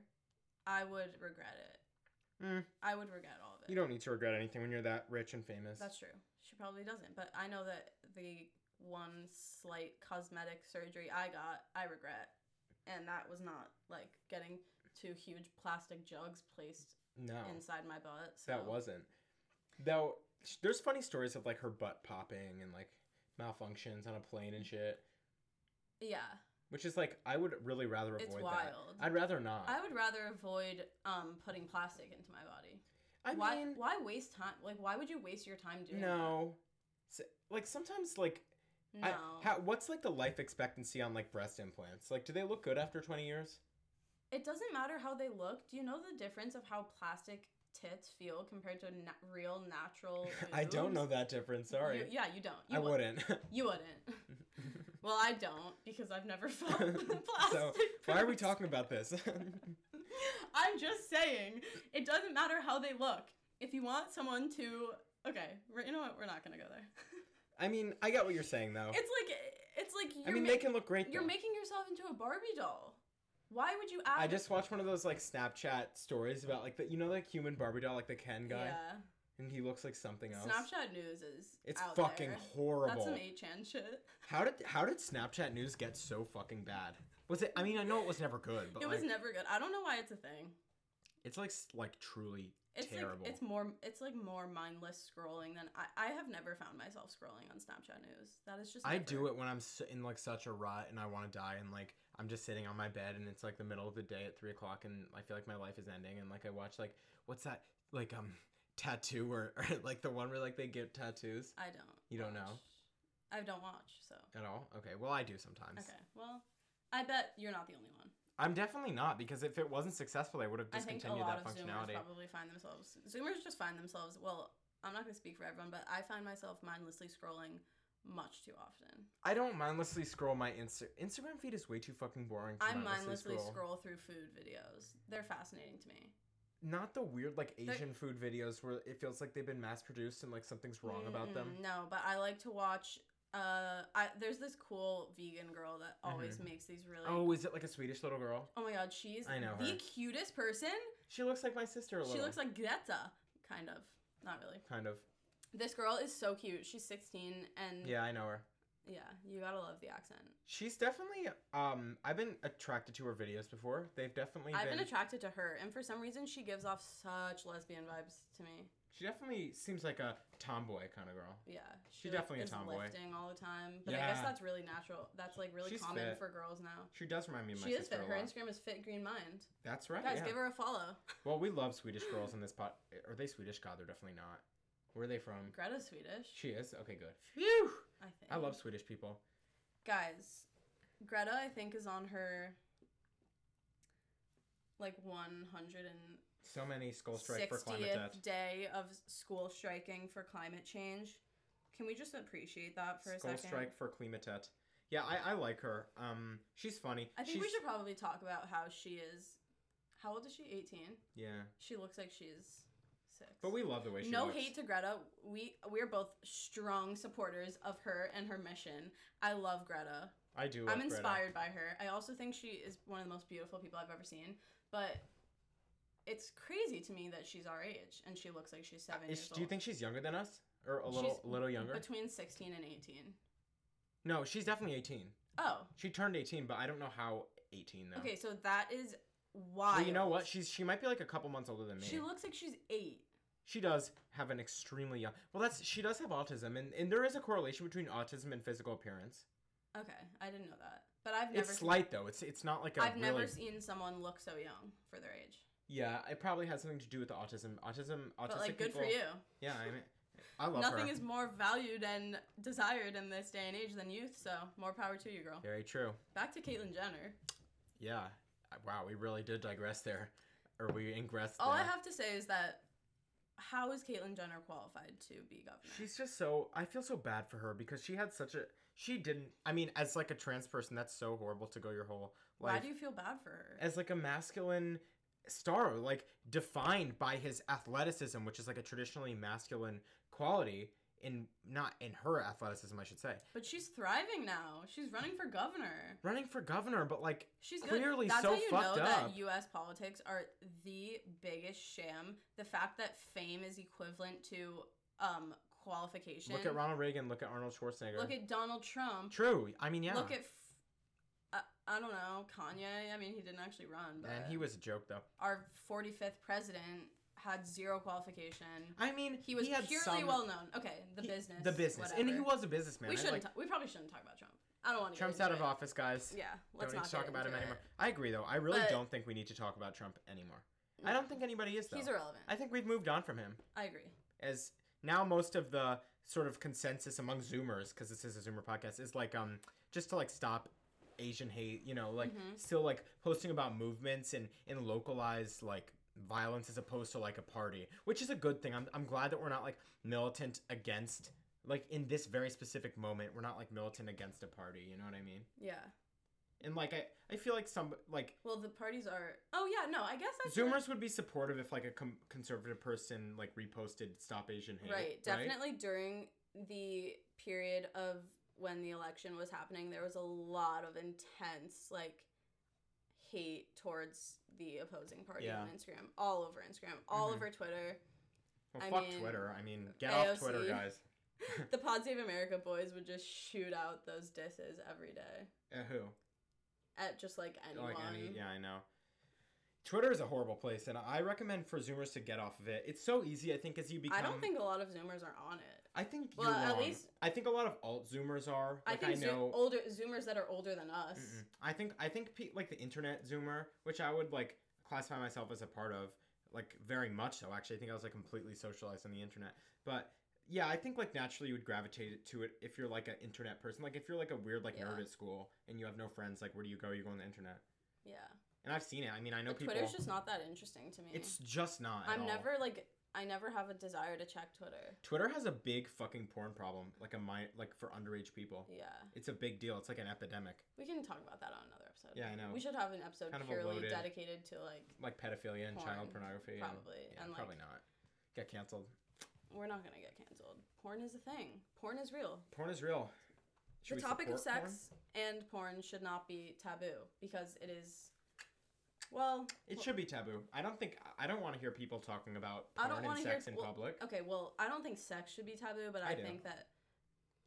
Speaker 2: I would regret it.
Speaker 3: Mm.
Speaker 2: I would regret all of it.
Speaker 3: you don't need to regret anything when you're that rich and famous.
Speaker 2: That's true. She probably doesn't. But I know that the one slight cosmetic surgery I got, I regret. And that was not like getting two huge plastic jugs placed
Speaker 3: no.
Speaker 2: inside my butt. So.
Speaker 3: Oh. That wasn't. Though sh- there's funny stories of like her butt popping and like malfunctions on a plane and shit,
Speaker 2: Yeah.
Speaker 3: which is like I would really rather avoid
Speaker 2: It's
Speaker 3: that.
Speaker 2: wild.
Speaker 3: I'd rather not.
Speaker 2: I would rather avoid um, putting plastic into my body.
Speaker 3: I
Speaker 2: why
Speaker 3: mean,
Speaker 2: why waste time? Like why would you waste your time doing
Speaker 3: no. S- Like sometimes, like
Speaker 2: that?
Speaker 3: I,
Speaker 2: No.
Speaker 3: how, what's like the life expectancy on like breast implants? Like, do they look good after twenty years?
Speaker 2: it doesn't matter how they look. Do you know the difference of how plastic tits feel compared to na- real natural?
Speaker 3: I don't
Speaker 2: boobs?
Speaker 3: know that difference. Sorry,
Speaker 2: You- yeah, you don't. You
Speaker 3: I
Speaker 2: wou-
Speaker 3: wouldn't.
Speaker 2: You wouldn't. well, I don't because I've never felt plastic.
Speaker 3: So, Why are we
Speaker 2: boobs.
Speaker 3: talking about this?
Speaker 2: I'm just saying, it doesn't matter how they look. If you want someone to, okay, we're, you know what? We're not gonna go there.
Speaker 3: I mean, I get what you're saying though.
Speaker 2: It's like it's like you're
Speaker 3: Oh. I mean,
Speaker 2: ma-
Speaker 3: they can look great.
Speaker 2: you're
Speaker 3: though.
Speaker 2: making yourself into a Barbie doll. Why would you add?
Speaker 3: I just watched one of those like Snapchat stories about like the you know the human Barbie doll like the Ken guy
Speaker 2: yeah.
Speaker 3: and he looks like something else.
Speaker 2: Snapchat news is
Speaker 3: It's
Speaker 2: out
Speaker 3: fucking
Speaker 2: there. That's
Speaker 3: horrible.
Speaker 2: some 8chan shit.
Speaker 3: How did how did Snapchat news get so fucking bad? Was it? I mean, I know it was never good, but
Speaker 2: it
Speaker 3: like,
Speaker 2: was never good. I don't know why it's a thing.
Speaker 3: it's like s- like truly
Speaker 2: It's
Speaker 3: terrible.
Speaker 2: like it's more it's like more mindless scrolling than I, I have never found myself scrolling on Snapchat news. That is just
Speaker 3: I do it when I'm s- in like such a rut and I want to die and like I'm just sitting on my bed and it's like the middle of the day at three o'clock and I feel like my life is ending and like I watch like what's that like um tattoo or, or like the one where like they get tattoos
Speaker 2: I don't.
Speaker 3: You don't
Speaker 2: watch. I
Speaker 3: know?
Speaker 2: don't watch, so
Speaker 3: at all. Okay, well I do sometimes.
Speaker 2: okay. Well, I bet you're not the only one.
Speaker 3: I'm definitely not because if it wasn't successful, they would have
Speaker 2: I think a
Speaker 3: discontinued
Speaker 2: lot
Speaker 3: that
Speaker 2: of Zoomers
Speaker 3: functionality.
Speaker 2: probably find themselves. Zoomers just find themselves. Well, I'm not gonna speak for everyone, but I find myself mindlessly scrolling much too often.
Speaker 3: I don't mindlessly scroll my Insta- Instagram feed is way too fucking boring. to
Speaker 2: I mindlessly scroll. through food videos. They're fascinating to me.
Speaker 3: Not the weird like
Speaker 2: They're-
Speaker 3: Asian food videos where it feels like they've been mass produced and like something's wrong about them.
Speaker 2: Mm, No, but I like to watch. Uh, I, there's this cool vegan girl that always makes these really. Oh.
Speaker 3: Mm-hmm. Oh, is it like a Swedish little girl?
Speaker 2: my god, she's
Speaker 3: I know
Speaker 2: the
Speaker 3: her.
Speaker 2: cutest person.
Speaker 3: She looks like my sister a little.
Speaker 2: She looks like Greta, kind of. Not really.
Speaker 3: kind of.
Speaker 2: This girl is so cute. She's 16 and
Speaker 3: Yeah, I know her.
Speaker 2: yeah, you gotta love the accent.
Speaker 3: She's definitely um I've been attracted to her videos before. They've definitely
Speaker 2: I've
Speaker 3: been,
Speaker 2: been attracted to her, and for some reason, she gives off such lesbian vibes to me.
Speaker 3: She definitely seems like a tomboy kind of girl.
Speaker 2: Yeah,
Speaker 3: She's definitely a
Speaker 2: is
Speaker 3: tomboy.
Speaker 2: lifting all the time, but I guess
Speaker 3: Yeah.
Speaker 2: that's really natural. That's like really
Speaker 3: She's
Speaker 2: common
Speaker 3: fit.
Speaker 2: for girls now.
Speaker 3: She does remind me of my
Speaker 2: She is
Speaker 3: sister
Speaker 2: fit.
Speaker 3: a
Speaker 2: Her
Speaker 3: lot.
Speaker 2: Instagram is fit green mind.
Speaker 3: That's right.
Speaker 2: Guys,
Speaker 3: yeah.
Speaker 2: give her a follow.
Speaker 3: Well, we love Swedish girls in this pot. Are they Swedish? God, they're definitely not. Where are they from?
Speaker 2: Greta's Swedish.
Speaker 3: She is. Okay, good. Phew.
Speaker 2: I think.
Speaker 3: I love Swedish people.
Speaker 2: guys. Greta, I think, is on her like 160th
Speaker 3: So many skull strike for climate death.
Speaker 2: day of school striking for climate change. Can we just appreciate that for a
Speaker 3: Skull
Speaker 2: second?
Speaker 3: strike for climate death. Yeah, I, I like her. Um, she's funny.
Speaker 2: I think
Speaker 3: she's,
Speaker 2: we should probably talk about how she is. How old is she? 18.
Speaker 3: Yeah,
Speaker 2: She looks like she's six.
Speaker 3: but we love the way she.
Speaker 2: no
Speaker 3: looks.
Speaker 2: hate to Greta. We we're both strong supporters of her and her mission. I love Greta.
Speaker 3: I do.
Speaker 2: I'm
Speaker 3: love Greta.
Speaker 2: inspired by her. I also think she is one of the most beautiful people I've ever seen. But it's crazy to me that she's our age and she looks like she's seven years
Speaker 3: Is, do you
Speaker 2: old.
Speaker 3: think she's younger than us, or a little,
Speaker 2: She's
Speaker 3: a little younger?
Speaker 2: between sixteen and eighteen?
Speaker 3: no, she's definitely 18.
Speaker 2: Oh,
Speaker 3: She turned 18, but I don't know how 18 though.
Speaker 2: okay. So that is why.
Speaker 3: Well, you know what? She's she might be like a couple months older than me.
Speaker 2: She looks like she's eight.
Speaker 3: she does have an extremely young well that's she does have autism and, and there is a correlation between autism and physical appearance
Speaker 2: Okay, I didn't know that, but I've never.
Speaker 3: it's slight though it's it's not like a
Speaker 2: I've
Speaker 3: really
Speaker 2: never seen someone look so young for their age.
Speaker 3: yeah it probably has something to do with the autism autism autistic
Speaker 2: But like, good
Speaker 3: people
Speaker 2: for you.
Speaker 3: yeah i mean i love
Speaker 2: Nothing
Speaker 3: her.
Speaker 2: is more valued and desired in this day and age than youth. So more power to you, girl.
Speaker 3: very true
Speaker 2: Back to Caitlyn Jenner.
Speaker 3: yeah I- wow we really did digress there or we ingressed
Speaker 2: All I
Speaker 3: there.
Speaker 2: have to say is that how is Caitlyn Jenner qualified to be governor?
Speaker 3: she's just so i feel so bad for her because she had such a she didn't i mean as like a trans person that's so horrible to go your whole
Speaker 2: Why
Speaker 3: life
Speaker 2: do you feel bad for her?
Speaker 3: as like a masculine star, like defined by his athleticism, which is like a traditionally masculine quality in not in her athleticism, I should say.
Speaker 2: but she's thriving now. She's running for governor.
Speaker 3: Running for governor, but like
Speaker 2: She's good.
Speaker 3: Clearly
Speaker 2: That's
Speaker 3: so
Speaker 2: how you
Speaker 3: fucked
Speaker 2: know
Speaker 3: up.
Speaker 2: that U.S. politics are the biggest sham. The fact that fame is equivalent to um, qualification.
Speaker 3: look at Ronald Reagan, look at Arnold Schwarzenegger.
Speaker 2: Look at Donald Trump.
Speaker 3: True. I mean, yeah.
Speaker 2: Look at. F- I, I don't know Kanye. I mean, he didn't actually run, but
Speaker 3: and he was a joke though.
Speaker 2: our 45th president had zero qualification.
Speaker 3: I mean,
Speaker 2: He was
Speaker 3: had
Speaker 2: purely
Speaker 3: some-
Speaker 2: well known. Okay, the
Speaker 3: he-
Speaker 2: business.
Speaker 3: The business, and he
Speaker 2: whatever.
Speaker 3: was a businessman.
Speaker 2: We
Speaker 3: I,
Speaker 2: shouldn't.
Speaker 3: like,
Speaker 2: ta- we probably shouldn't talk about Trump. I don't want to.
Speaker 3: Trump's out of office, guys.
Speaker 2: Yeah, let's
Speaker 3: don't
Speaker 2: not
Speaker 3: need to talk
Speaker 2: get
Speaker 3: about him
Speaker 2: into
Speaker 3: anymore.
Speaker 2: it.
Speaker 3: I agree, though. I really
Speaker 2: But-
Speaker 3: don't think we need to talk about Trump anymore. I don't think anybody is though.
Speaker 2: He's irrelevant.
Speaker 3: I think we've moved on from him.
Speaker 2: I agree.
Speaker 3: As now most of the sort of consensus among Zoomers, because this is a Zoomer podcast, is like um just to like stop Asian hate, you know, like
Speaker 2: Mhm.
Speaker 3: still like posting about movements and and localized like violence as opposed to like a party, which is a good thing. I'm I'm glad that we're not like militant against like in this very specific moment, we're not like militant against a party, you know what I mean?
Speaker 2: Yeah.
Speaker 3: And like I I feel like some like
Speaker 2: Well, the parties are. Oh yeah, no, I guess that's
Speaker 3: Zoomers would be supportive if like a com- conservative person like reposted "Stop Asian Hate."
Speaker 2: Right, definitely during the period of when the election was happening, there was a lot of intense like hate towards the opposing party on Instagram, all over Instagram, all
Speaker 3: Mhm.
Speaker 2: over Twitter.
Speaker 3: Well,
Speaker 2: I
Speaker 3: fuck
Speaker 2: mean,
Speaker 3: Twitter. I mean, get off
Speaker 2: AOC.
Speaker 3: Twitter, guys.
Speaker 2: the Pod Save America boys would just shoot out those disses every day
Speaker 3: At Eh, who?
Speaker 2: at just like anyone.
Speaker 3: Like any? Yeah, I know. Twitter is a horrible place, and I recommend for Zoomers to get off of it. It's so easy. I think as you become,
Speaker 2: I don't think a lot of Zoomers are on it.
Speaker 3: I think
Speaker 2: Well,
Speaker 3: you're
Speaker 2: at
Speaker 3: wrong.
Speaker 2: least-
Speaker 3: I think a lot of alt Zoomers are. Like,
Speaker 2: I think Zo-
Speaker 3: know.
Speaker 2: older Zoomers that are older than us.
Speaker 3: Mm-mm. I think I think pe- like the internet zoomer, which I would like classify myself as a part of, like very much so. Actually, I think I was like completely socialized on the internet. But yeah, I think like naturally you would gravitate to it if you're like an internet person. Like if you're like a weird like nerd
Speaker 2: Yeah.
Speaker 3: at school and you have no friends, like where do you go? You go on the internet.
Speaker 2: Yeah,
Speaker 3: And I've seen it. I mean, I know
Speaker 2: but
Speaker 3: people.
Speaker 2: Twitter's just not that interesting to me.
Speaker 3: it's just not. at
Speaker 2: I'm
Speaker 3: all.
Speaker 2: never like I never have a desire to check Twitter.
Speaker 3: Twitter has a big fucking porn problem, like a my like for underage people.
Speaker 2: Yeah,
Speaker 3: It's a big deal. It's like an epidemic,
Speaker 2: we can talk about that on another episode.
Speaker 3: Yeah, I know.
Speaker 2: We should have an episode
Speaker 3: Kind of a
Speaker 2: purely
Speaker 3: loaded-
Speaker 2: dedicated to like
Speaker 3: like pedophilia and
Speaker 2: Porn,
Speaker 3: child pornography. and-
Speaker 2: probably
Speaker 3: yeah,
Speaker 2: and like
Speaker 3: probably not. Get canceled.
Speaker 2: we're not gonna get canceled. Porn is a thing. Porn is real.
Speaker 3: Porn is real. Should we
Speaker 2: the topic of
Speaker 3: support
Speaker 2: sex and porn should not be taboo because it is. Well,
Speaker 3: porn? It should be taboo. I don't think I don't want to hear people talking about
Speaker 2: I
Speaker 3: porn
Speaker 2: don't
Speaker 3: and
Speaker 2: wanna hear-
Speaker 3: sex in
Speaker 2: well,
Speaker 3: public.
Speaker 2: okay. Well, I don't think sex should be taboo, but I,
Speaker 3: I do.
Speaker 2: think that.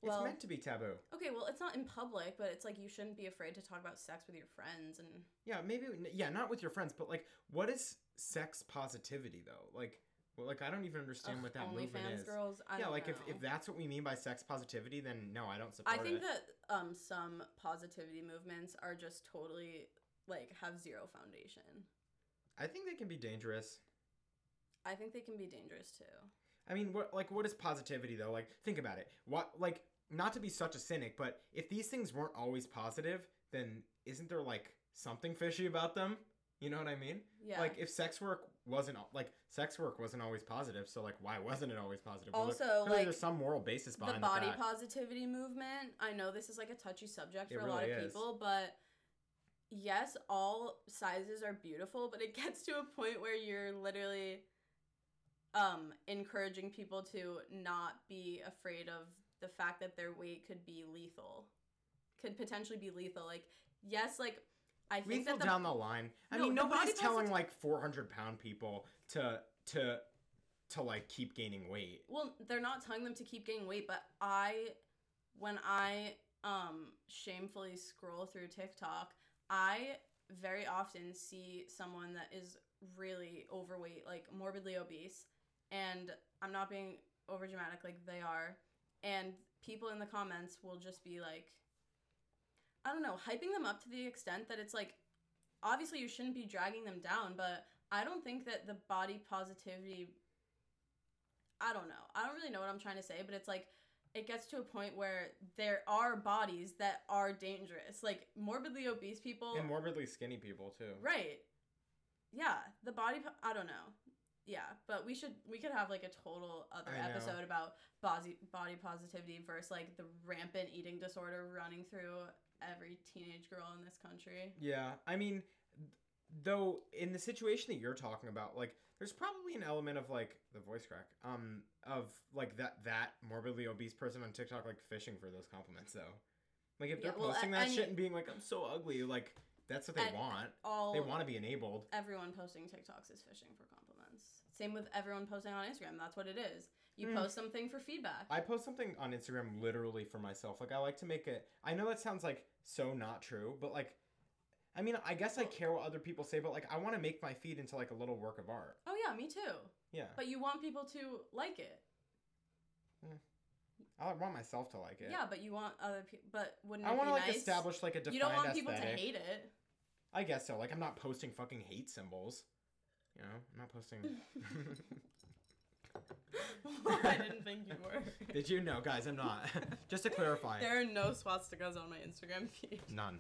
Speaker 2: Well,
Speaker 3: it's meant to be taboo.
Speaker 2: okay. Well, it's not in public, but it's like you shouldn't be afraid to talk about sex with your friends and.
Speaker 3: Yeah, maybe yeah, not with your friends, but like what is sex positivity though? Like well, like I don't even understand
Speaker 2: Ugh,
Speaker 3: what that movement
Speaker 2: OnlyFans
Speaker 3: is.
Speaker 2: girls. I
Speaker 3: yeah,
Speaker 2: don't
Speaker 3: like if,
Speaker 2: know.
Speaker 3: if that's what we mean by sex positivity, then no, I don't support
Speaker 2: I think
Speaker 3: it.
Speaker 2: that um, some positivity movements are just totally like have zero foundation.
Speaker 3: I think they can be dangerous.
Speaker 2: I think they can be dangerous too.
Speaker 3: I mean, what like what is positivity though? Like think about it. What like not to be such a cynic, but if these things weren't always positive, then isn't there like something fishy about them? You know what I mean?
Speaker 2: Yeah.
Speaker 3: Like if sex work wasn't al- like sex work wasn't always positive, so like why wasn't it always positive? Well, look,
Speaker 2: Also,
Speaker 3: clearly
Speaker 2: like,
Speaker 3: there's some moral basis
Speaker 2: the
Speaker 3: behind
Speaker 2: body
Speaker 3: that.
Speaker 2: positivity movement. I know this is like a touchy subject
Speaker 3: It
Speaker 2: for a lot of
Speaker 3: really is.
Speaker 2: people, but yes, all sizes are beautiful, but it gets to a point where you're literally um encouraging people to not be afraid of the fact that their weight could be lethal. Could potentially be lethal. Like yes, like I think
Speaker 3: Lethal
Speaker 2: that the
Speaker 3: down the line. I
Speaker 2: No,
Speaker 3: mean,
Speaker 2: the body
Speaker 3: nobody's telling
Speaker 2: posit-
Speaker 3: like 400 pound people to to to like keep gaining weight.
Speaker 2: well they're not telling them to keep gaining weight but i when i um shamefully scroll through tiktok i very often see someone that is really overweight like morbidly obese and i'm not being over dramatic like they are and people in the comments will just be like i don't know hyping them up to the extent that it's like obviously you shouldn't be dragging them down but i don't think that the body positivity I don't know. I don't really know what I'm trying to say, but it's like it gets to a point where there are bodies that are dangerous, like morbidly obese people.
Speaker 3: and morbidly skinny people too.
Speaker 2: right. Yeah, the body po- I don't know. Yeah, but we should we could have like a total other
Speaker 3: I know.
Speaker 2: episode about body body positivity versus like the rampant eating disorder running through every teenage girl in this country.
Speaker 3: Yeah, I mean, th- though, in the situation that you're talking about, like, there's probably an element of like the voice crack, um, of like that that morbidly obese person on TikTok like fishing for those compliments though. Like if they're
Speaker 2: Yeah, well, a-
Speaker 3: posting that
Speaker 2: any-
Speaker 3: shit and being like, "I'm so ugly," like that's what they
Speaker 2: And
Speaker 3: want.
Speaker 2: All
Speaker 3: They want to be enabled.
Speaker 2: everyone posting TikToks is fishing for compliments. Same with everyone posting on Instagram. That's what it is. You
Speaker 3: Hmm.
Speaker 2: post something for feedback.
Speaker 3: I post something on Instagram literally for myself. Like I like to make it. I know that sounds like so not true, but like, I mean, I guess I
Speaker 2: Well-
Speaker 3: care what other people say, but like, I want to make my feed into like a little work of art.
Speaker 2: Oh yeah, me too.
Speaker 3: Yeah,
Speaker 2: But you want people to like it.
Speaker 3: I want myself to like it.
Speaker 2: Yeah, but you want other people. But wouldn't
Speaker 3: I
Speaker 2: it
Speaker 3: want
Speaker 2: be
Speaker 3: to like
Speaker 2: nice?
Speaker 3: establish like a defined
Speaker 2: you don't want people
Speaker 3: aesthetic.
Speaker 2: to hate it.
Speaker 3: I guess so. Like I'm not posting fucking hate symbols. You know, I'm not posting.
Speaker 2: I didn't think you were.
Speaker 3: Did you know, guys? I'm not. Just to clarify,
Speaker 2: There are no swastikas on my Instagram feed.
Speaker 3: none.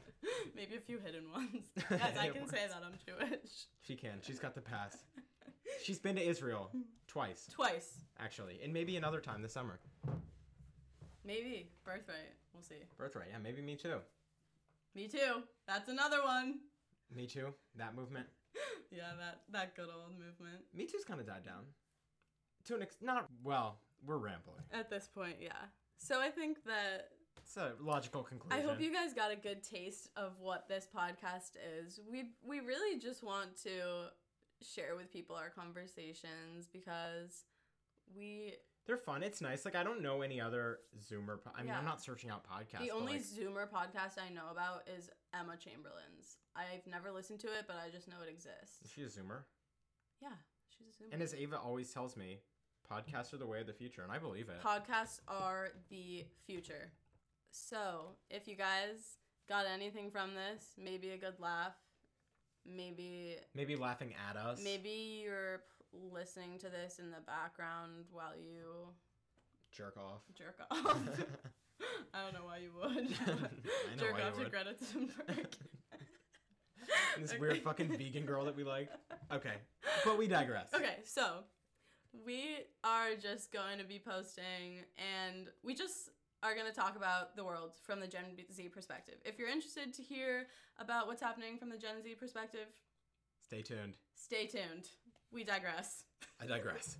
Speaker 2: Maybe a few hidden ones. Guys, I can say that I'm Jewish.
Speaker 3: She can. She's got the pass. She's been to Israel twice,
Speaker 2: Twice.
Speaker 3: actually, and maybe another time this summer.
Speaker 2: Maybe. Birthright. We'll see.
Speaker 3: Birthright. Yeah, maybe me too.
Speaker 2: Me too. That's another one.
Speaker 3: Me too. That movement.
Speaker 2: Yeah, that, that good old movement.
Speaker 3: Me too's kind of died down. To an ex- not well. We're rambling.
Speaker 2: At this point, yeah. So I think that
Speaker 3: It's a logical conclusion.
Speaker 2: I hope you guys got a good taste of what this podcast is. We we really just want to share with people our conversations because we
Speaker 3: They're fun. It's nice. Like I don't know any other Zoomer. Po- I mean,
Speaker 2: Yeah.
Speaker 3: I'm not searching out podcasts.
Speaker 2: the
Speaker 3: but,
Speaker 2: only
Speaker 3: like,
Speaker 2: Zoomer podcast I know about is Emma Chamberlain's. I've never listened to it, but I just know it
Speaker 3: is
Speaker 2: exists.
Speaker 3: she a Zoomer?
Speaker 2: Yeah, she's a Zoomer.
Speaker 3: And as Ava always tells me, podcasts are the way of the future, and I believe it.
Speaker 2: podcasts are the future. So, if you guys got anything from this, maybe a good laugh, maybe
Speaker 3: Maybe laughing at us.
Speaker 2: maybe you're p- listening to this in the background while you
Speaker 3: jerk off.
Speaker 2: jerk off. I don't know why you would.
Speaker 3: I know
Speaker 2: jerk
Speaker 3: why you
Speaker 2: off to
Speaker 3: would.
Speaker 2: Greta Thunberg.
Speaker 3: this weird fucking vegan girl that we like. Okay, but we digress.
Speaker 2: Okay, so we are just going to be posting and we just are going to talk about the world from the Gen Z perspective. If you're interested to hear about what's happening from the Gen Z perspective,
Speaker 3: Stay tuned.
Speaker 2: stay tuned. We digress.
Speaker 3: I digress.